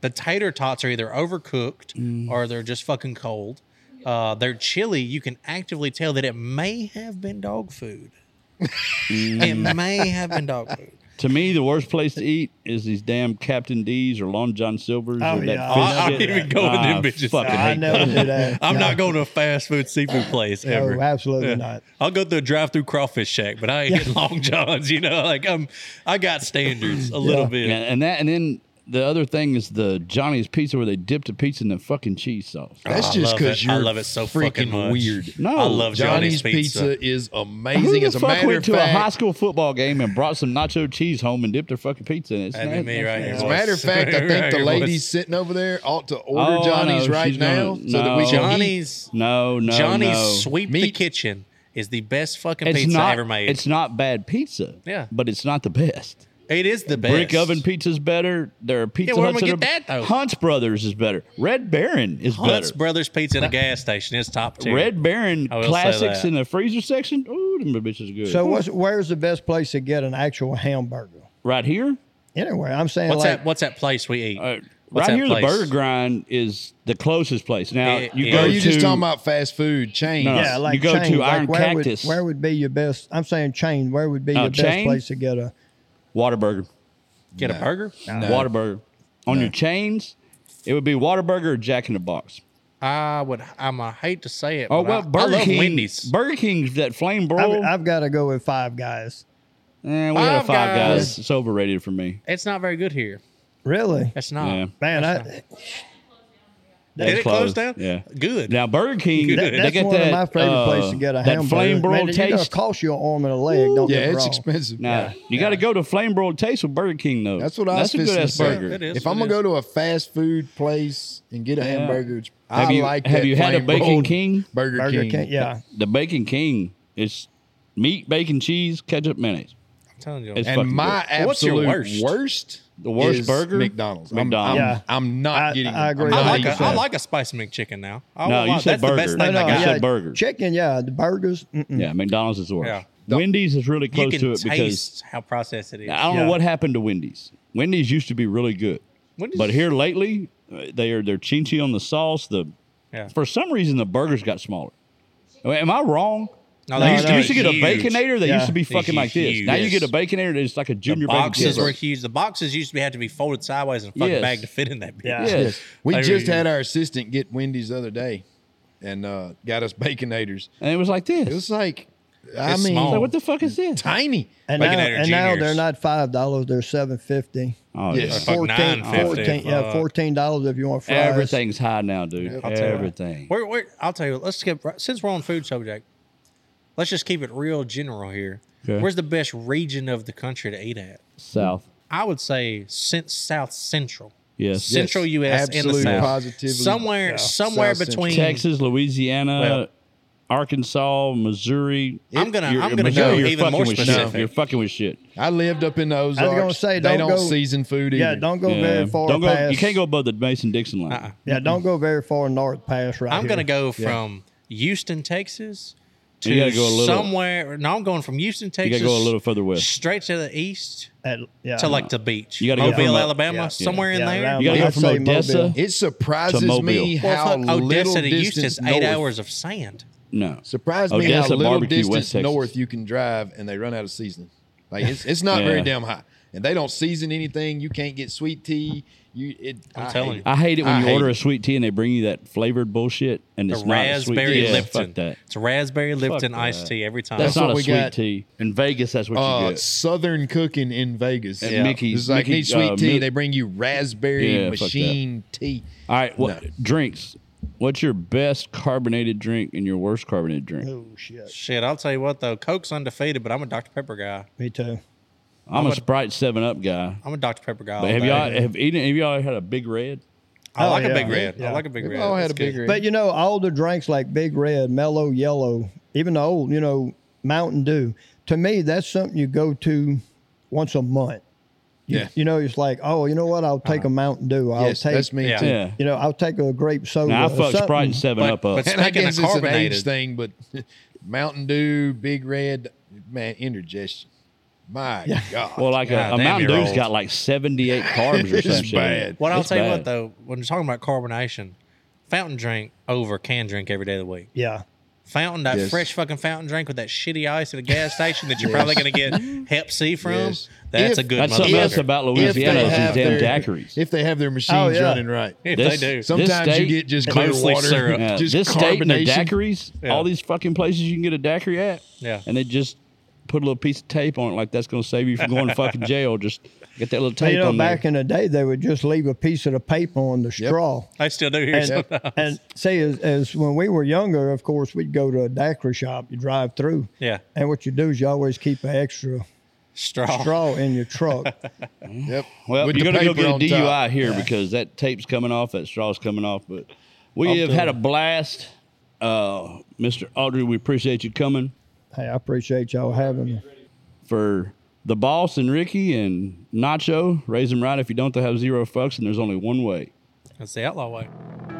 Speaker 1: The tater tots are either overcooked or they're just fucking cold. Uh, their chili, you can actively tell that it may have been dog food. it may have been dog food.
Speaker 2: To me, the worst place to eat is these damn Captain D's or Long John Silver's
Speaker 3: Oh,
Speaker 2: or that
Speaker 3: yeah.
Speaker 2: fish
Speaker 3: I- I
Speaker 2: shit.
Speaker 1: don't even go to
Speaker 2: Ah,
Speaker 1: them bitches.
Speaker 2: Fucking
Speaker 3: I
Speaker 2: hate
Speaker 3: never do that.
Speaker 1: I'm
Speaker 3: No.
Speaker 1: not going to a fast food seafood place ever.
Speaker 3: No, absolutely
Speaker 1: Yeah.
Speaker 3: not.
Speaker 1: I'll go through a drive-through crawfish shack, but I ain't getting Long Johns. You know, like I'm, I got standards a little bit.
Speaker 2: Yeah, and that, and then the other thing is the Johnny's Pizza where they dip the pizza in the fucking cheese sauce.
Speaker 4: That's
Speaker 1: Oh, I
Speaker 4: just
Speaker 1: love
Speaker 4: because
Speaker 1: it.
Speaker 4: you're
Speaker 1: I love it so
Speaker 4: freaking
Speaker 1: fucking much.
Speaker 4: weird.
Speaker 2: No,
Speaker 1: I love Johnny's,
Speaker 4: Johnny's pizza. is
Speaker 2: Who
Speaker 4: amazing.
Speaker 2: the
Speaker 4: As a
Speaker 2: fuck
Speaker 4: matter
Speaker 2: went
Speaker 4: of
Speaker 2: to a high
Speaker 4: fact,
Speaker 2: school football game and brought some nacho cheese home and dipped their fucking pizza in it? It's
Speaker 1: That'd
Speaker 2: not-
Speaker 1: be me right here.
Speaker 4: as a matter of fact, I think the
Speaker 1: Right,
Speaker 4: ladies
Speaker 1: boys.
Speaker 4: sitting over there ought to order
Speaker 2: Oh, I
Speaker 4: Johnny's
Speaker 2: know.
Speaker 4: right
Speaker 2: She's
Speaker 4: now
Speaker 2: gonna-
Speaker 4: so that we
Speaker 2: no.
Speaker 4: can eat.
Speaker 1: Johnny's
Speaker 2: No, no,
Speaker 1: Johnny's
Speaker 2: no.
Speaker 1: sweep the
Speaker 4: Meat.
Speaker 1: kitchen is the best fucking
Speaker 2: It's
Speaker 1: pizza
Speaker 2: not
Speaker 1: ever made.
Speaker 2: It's not bad pizza.
Speaker 1: Yeah.
Speaker 2: but it's not the best.
Speaker 1: it is the best.
Speaker 2: Brick oven pizza's better. There are pizza
Speaker 1: where am
Speaker 2: Huts
Speaker 1: I
Speaker 2: that
Speaker 1: get
Speaker 2: are-
Speaker 1: that, though?
Speaker 2: Hunt's Brothers is better. Red Baron is
Speaker 1: Hunt's
Speaker 2: better.
Speaker 1: Brothers Pizza in a gas station is top tier.
Speaker 2: Red Baron
Speaker 1: I will say
Speaker 2: classics
Speaker 1: that.
Speaker 2: in the freezer section. Ooh, them bitches are good.
Speaker 3: So, what's, where's the best place to get an actual hamburger?
Speaker 2: right here,
Speaker 3: Anyway, I'm saying
Speaker 1: What's
Speaker 3: like
Speaker 1: that? What's that place we eat?
Speaker 2: uh,
Speaker 1: What's
Speaker 2: right
Speaker 1: that
Speaker 2: here,
Speaker 1: place?
Speaker 2: the Burger Grind is the closest place. Now
Speaker 1: It
Speaker 2: you
Speaker 1: is.
Speaker 2: go
Speaker 4: Are you
Speaker 2: to
Speaker 4: just talking about fast food chains?
Speaker 2: No, no.
Speaker 3: Yeah,
Speaker 2: You
Speaker 3: like
Speaker 2: go to
Speaker 3: chains,
Speaker 2: Iron
Speaker 3: like where
Speaker 2: Cactus.
Speaker 3: Would, where would be your best? I'm saying chain. Where would be
Speaker 2: Oh,
Speaker 3: your best
Speaker 2: chain?
Speaker 3: place to get a?
Speaker 2: Waterburger.
Speaker 1: Get a burger.
Speaker 2: Waterburger on your chains. It would be Waterburger or Jack in the Box.
Speaker 1: I would. I'm. I hate to say it.
Speaker 2: Oh
Speaker 1: but
Speaker 2: well,
Speaker 1: I,
Speaker 2: Burger
Speaker 1: I love
Speaker 2: King.
Speaker 1: Wendy's.
Speaker 2: Burger King's that flame broil.
Speaker 3: I've, I've got to go with Five Guys.
Speaker 2: Eh, we had a
Speaker 1: Five
Speaker 2: Five
Speaker 1: Guys.
Speaker 2: Guys. It's overrated for me.
Speaker 1: it's not very good here.
Speaker 3: Really,
Speaker 1: That's not.
Speaker 2: Yeah.
Speaker 3: man. I,
Speaker 1: Did it close
Speaker 2: closed,
Speaker 1: down?
Speaker 2: yeah.
Speaker 1: Good.
Speaker 2: Now Burger King,
Speaker 1: Good.
Speaker 2: they
Speaker 1: That-
Speaker 3: that's
Speaker 2: got
Speaker 3: one
Speaker 2: that,
Speaker 3: of my favorite
Speaker 2: uh,
Speaker 3: places to get a
Speaker 2: that
Speaker 3: hamburger.
Speaker 2: flame broiled
Speaker 3: man, It's gonna
Speaker 2: taste.
Speaker 3: cost you an arm and a leg. Don't
Speaker 4: Yeah,
Speaker 3: get me
Speaker 4: it's
Speaker 3: wrong.
Speaker 4: expensive.
Speaker 2: Now you got to go to flame broiled taste with Burger King though.
Speaker 4: That's what I was
Speaker 2: That's a good
Speaker 4: fixing to
Speaker 2: ass
Speaker 4: say.
Speaker 2: burger.
Speaker 1: It is
Speaker 4: If
Speaker 1: what
Speaker 4: I'm
Speaker 1: it
Speaker 4: gonna go
Speaker 1: is.
Speaker 4: to a fast food place and get a hamburger, it's- I
Speaker 2: Have you-
Speaker 4: like
Speaker 2: have
Speaker 4: that
Speaker 2: you had a
Speaker 4: flame
Speaker 2: Bacon
Speaker 4: broiled
Speaker 2: King?
Speaker 4: Burger,
Speaker 3: Burger
Speaker 4: King?
Speaker 3: King. Yeah,
Speaker 2: The Bacon King is meat, bacon, cheese, ketchup, mayonnaise.
Speaker 1: I'm telling you.
Speaker 2: It's
Speaker 4: And
Speaker 2: fucking
Speaker 4: my
Speaker 1: Well,
Speaker 4: absolute
Speaker 1: what's your
Speaker 4: worst?
Speaker 1: worst?
Speaker 2: The worst
Speaker 4: is
Speaker 2: burger?
Speaker 4: McDonald's. I'm-
Speaker 2: McDonald's.
Speaker 4: I'm,
Speaker 3: Yeah.
Speaker 4: I'm not
Speaker 3: I-
Speaker 4: getting.
Speaker 3: I
Speaker 4: it.
Speaker 3: agree.
Speaker 4: I'm
Speaker 1: I
Speaker 4: not
Speaker 1: like.
Speaker 4: eating
Speaker 1: A, I
Speaker 4: it.
Speaker 1: like a spicy McChicken now. I
Speaker 2: No,
Speaker 1: won't
Speaker 2: you
Speaker 1: lie.
Speaker 2: said
Speaker 1: That's the best
Speaker 2: burger.
Speaker 1: thing
Speaker 2: No,
Speaker 1: I
Speaker 2: no,
Speaker 1: got.
Speaker 2: you said burger.
Speaker 3: Chicken, yeah, the burgers. Mm-mm.
Speaker 2: Yeah, McDonald's is the worst.
Speaker 1: Yeah.
Speaker 2: Wendy's is really
Speaker 1: You
Speaker 2: close
Speaker 1: can
Speaker 2: to it because
Speaker 1: taste how processed it is.
Speaker 2: I don't
Speaker 3: Yeah.
Speaker 2: know what happened to Wendy's. Wendy's used to be really good,
Speaker 1: Wendy's-
Speaker 2: but here lately uh, they are they're chinchy on the sauce. The
Speaker 1: Yeah.
Speaker 2: for some reason the burgers got smaller. I mean, Am I wrong?
Speaker 1: No,
Speaker 2: they
Speaker 1: they
Speaker 2: used,
Speaker 3: no,
Speaker 2: used to get
Speaker 1: huge.
Speaker 2: a baconator. They
Speaker 3: Yeah.
Speaker 2: used to be
Speaker 1: They're
Speaker 2: fucking like this.
Speaker 1: huge.
Speaker 2: Now you
Speaker 1: Yes.
Speaker 2: get a baconator. It's like a junior
Speaker 1: boxes
Speaker 2: bacon.
Speaker 1: were huge. The boxes used to be had to be folded sideways in a fucking
Speaker 2: Yes.
Speaker 1: bag to fit in that bitch.
Speaker 3: Yeah.
Speaker 2: yes.
Speaker 4: We
Speaker 1: I
Speaker 4: just
Speaker 1: mean-
Speaker 4: had our assistant get Wendy's the other day, and uh, got us baconators.
Speaker 2: and it was like this.
Speaker 4: It was like, I
Speaker 1: It's
Speaker 4: mean,
Speaker 2: I was
Speaker 1: small.
Speaker 2: like, what the fuck is this?
Speaker 4: tiny.
Speaker 3: And now,
Speaker 1: Baconator
Speaker 3: and now
Speaker 1: Juniors.
Speaker 3: they're not five dollars; they're seven fifty.
Speaker 2: Oh,
Speaker 4: Yes.
Speaker 2: yeah.
Speaker 1: Fuck, $9.50.
Speaker 3: yeah,
Speaker 1: Fuck.
Speaker 3: fourteen dollars if you want fries.
Speaker 2: Everything's high now, dude.
Speaker 1: I'll tell you.
Speaker 2: Everything.
Speaker 1: We're, we're, I'll tell you. Let's skip right, since we're on food subject. Let's just keep it real general here.
Speaker 2: Okay.
Speaker 1: Where's the best region of the country to eat at?
Speaker 2: South.
Speaker 1: I would say since South Central,
Speaker 2: Yes.
Speaker 1: Central
Speaker 4: Yes.
Speaker 1: U.S. and the
Speaker 4: Absolutely,
Speaker 1: South,
Speaker 4: positively,
Speaker 1: somewhere,
Speaker 4: yeah,
Speaker 1: somewhere
Speaker 4: South Central.
Speaker 1: between.
Speaker 2: Texas, Louisiana,
Speaker 1: Well-
Speaker 2: Arkansas, Missouri.
Speaker 1: I'm gonna-
Speaker 2: You're-
Speaker 1: I'm gonna
Speaker 2: Missouri,
Speaker 1: go
Speaker 2: you're
Speaker 1: even
Speaker 2: fucking
Speaker 1: more
Speaker 2: with
Speaker 1: specific.
Speaker 2: Shit. You're fucking with shit.
Speaker 4: I lived up in the Ozarks.
Speaker 3: I was gonna say,
Speaker 4: they
Speaker 3: don't
Speaker 4: don't
Speaker 3: go-
Speaker 4: season food either.
Speaker 3: Yeah, don't go
Speaker 2: Yeah.
Speaker 3: very far.
Speaker 2: Don't go.
Speaker 3: past,
Speaker 2: You can't go above the Mason Dixon line.
Speaker 1: Uh-uh.
Speaker 3: Yeah, don't go very far north past right
Speaker 1: I'm
Speaker 3: here.
Speaker 1: gonna go from Houston, Texas,
Speaker 2: You
Speaker 1: to
Speaker 2: gotta go a little-
Speaker 1: somewhere. No, I'm going from Houston,
Speaker 2: You got
Speaker 1: Texas.
Speaker 2: to go a little further west.
Speaker 1: straight to the east
Speaker 3: At, yeah,
Speaker 1: to like the beach.
Speaker 2: You gotta go
Speaker 1: Mobile,
Speaker 2: from a-
Speaker 1: Alabama,
Speaker 3: Yeah.
Speaker 1: somewhere in
Speaker 3: Yeah,
Speaker 1: there.
Speaker 3: around
Speaker 2: You got to go
Speaker 3: I'd
Speaker 2: from
Speaker 3: say
Speaker 2: Odessa.
Speaker 3: Mobile.
Speaker 4: It surprises
Speaker 2: To Mobile.
Speaker 4: me
Speaker 1: Well,
Speaker 4: how
Speaker 1: fuck,
Speaker 4: little
Speaker 1: Odessa to Houston
Speaker 4: distance
Speaker 1: is eight
Speaker 4: north-
Speaker 1: hours of sand.
Speaker 2: No.
Speaker 4: Surprised me how
Speaker 2: Odessa
Speaker 4: little
Speaker 2: Oh, barbecue, West
Speaker 4: distance
Speaker 2: Texas.
Speaker 4: north you can drive, and they run out of seasoning. Like it's it's not
Speaker 2: Yeah.
Speaker 4: very damn high, and they don't season anything. You can't get sweet tea. You, it,
Speaker 1: I'm
Speaker 4: I
Speaker 1: telling
Speaker 4: hate
Speaker 1: you.
Speaker 2: I hate it when
Speaker 4: I
Speaker 2: you
Speaker 4: hate
Speaker 2: order
Speaker 4: it.
Speaker 2: a sweet tea and they bring you that flavored bullshit and
Speaker 1: The
Speaker 2: it's not a sweet
Speaker 1: raspberry
Speaker 2: tea. Yeah,
Speaker 1: Lipton.
Speaker 2: Fuck that.
Speaker 1: It's raspberry Lipton
Speaker 2: that.
Speaker 1: iced tea every time.
Speaker 2: That's,
Speaker 4: what
Speaker 2: not a
Speaker 4: we
Speaker 2: sweet
Speaker 4: got.
Speaker 2: tea. In Vegas, that's what you
Speaker 4: Uh,
Speaker 2: get.
Speaker 4: Southern cooking in Vegas.
Speaker 2: At Yeah. Mickey's-
Speaker 4: It's like
Speaker 2: Mickey's,
Speaker 4: need sweet
Speaker 2: uh,
Speaker 4: tea.
Speaker 2: Mil-
Speaker 4: they bring you raspberry
Speaker 2: Yeah, fuck that.
Speaker 4: machine tea.
Speaker 2: All right, well,
Speaker 4: No.
Speaker 2: drinks. What's your best carbonated drink and your worst carbonated drink?
Speaker 3: Oh shit.
Speaker 1: Shit, I'll tell you what though, Coke's undefeated, but I'm a Dr Pepper guy.
Speaker 3: Me too.
Speaker 2: I'm a Sprite Seven Up guy.
Speaker 1: I'm a Dr Pepper guy. all
Speaker 2: But have
Speaker 1: day.
Speaker 2: y'all have eaten? Have y'all had a Big Red?
Speaker 1: I
Speaker 3: Oh,
Speaker 1: like a
Speaker 3: yeah.
Speaker 1: big red.
Speaker 3: Yeah.
Speaker 1: I like a big
Speaker 4: We've
Speaker 1: red.
Speaker 4: all had
Speaker 1: It's
Speaker 4: a big
Speaker 1: good.
Speaker 4: red.
Speaker 3: But you know, all the drinks like Big Red, Mellow Yellow, even the old, you know, Mountain Dew. To me, that's something you go to once a month. You,
Speaker 4: Yeah.
Speaker 3: You know, it's like, oh, you know what? I'll take a Mountain Dew. I'll
Speaker 4: yes,
Speaker 3: take,
Speaker 4: that's me
Speaker 1: Yeah.
Speaker 4: too.
Speaker 2: Yeah.
Speaker 3: you know, I'll take a grape soda.
Speaker 2: Now I
Speaker 3: or
Speaker 2: fuck
Speaker 3: something.
Speaker 2: Sprite and Seven
Speaker 1: But-
Speaker 2: Up up.
Speaker 1: but-
Speaker 4: And I
Speaker 1: Speaking of
Speaker 4: guess it's an age
Speaker 1: carbonated-
Speaker 4: thing, but Mountain Dew, Big Red, man, indigestion. My God.
Speaker 2: well, like uh,
Speaker 1: God
Speaker 2: a, a
Speaker 1: damn,
Speaker 2: Mountain
Speaker 1: you're
Speaker 2: Dew's
Speaker 1: old.
Speaker 2: got like 78 carbs or
Speaker 4: It's
Speaker 2: something.
Speaker 4: bad.
Speaker 1: What I'll
Speaker 2: It's
Speaker 1: tell you what
Speaker 2: bad.
Speaker 1: though, when you're talking about carbonation, fountain drink over can drink every day of the week.
Speaker 3: Yeah.
Speaker 1: Fountain, that
Speaker 4: Yes.
Speaker 1: fresh fucking fountain drink with that shitty ice at a gas station that you're probably gonna get Hep C from.
Speaker 4: Yes.
Speaker 1: That's
Speaker 4: If-
Speaker 1: a good.
Speaker 2: That's something
Speaker 1: motherfucker.
Speaker 2: else about
Speaker 4: If they
Speaker 2: Louisiana is
Speaker 4: have
Speaker 2: these damn
Speaker 4: their-
Speaker 2: daiquiris.
Speaker 4: If they have their machines
Speaker 3: Oh, yeah.
Speaker 4: running right.
Speaker 1: If
Speaker 2: This-
Speaker 1: they do.
Speaker 2: some-
Speaker 4: Sometimes you
Speaker 2: state-
Speaker 4: get just clear
Speaker 1: Mostly
Speaker 4: water.
Speaker 1: syrup.
Speaker 2: Yeah,
Speaker 4: Just
Speaker 2: this state and their
Speaker 4: carbonation.
Speaker 2: daiquiris,
Speaker 1: Yeah.
Speaker 2: all these fucking places you can get a daiquiri at,
Speaker 1: Yeah.
Speaker 2: and they just put a little piece of tape on it, like that's gonna save you from going to fucking jail. Just get that little tape
Speaker 3: you know,
Speaker 2: on there.
Speaker 3: back in the day, they would just leave a piece of the paper on the straw.
Speaker 1: I still do hear
Speaker 3: And, uh,
Speaker 1: some.
Speaker 3: and say, as, as when we were younger, of course, we'd go to a daiquiri shop, you drive through.
Speaker 1: Yeah,
Speaker 3: And what you do is you always keep an extra
Speaker 1: straw.
Speaker 3: straw in your truck.
Speaker 4: Yep.
Speaker 2: Well,
Speaker 4: With
Speaker 2: you're
Speaker 4: the
Speaker 2: gonna go
Speaker 4: paper
Speaker 2: get a
Speaker 4: on
Speaker 2: DUI
Speaker 4: top.
Speaker 2: here because that tape's coming off, that straw's coming off. But we
Speaker 4: I'll
Speaker 2: have
Speaker 4: tell
Speaker 2: had a
Speaker 4: you.
Speaker 2: blast, uh, Mr. Audrey. We appreciate you coming
Speaker 3: hey, I appreciate y'all having me.
Speaker 2: for the boss and Ricky and Nacho. Raise them right. If you don't, they have zero fucks, and there's only one way.
Speaker 1: That's the outlaw way.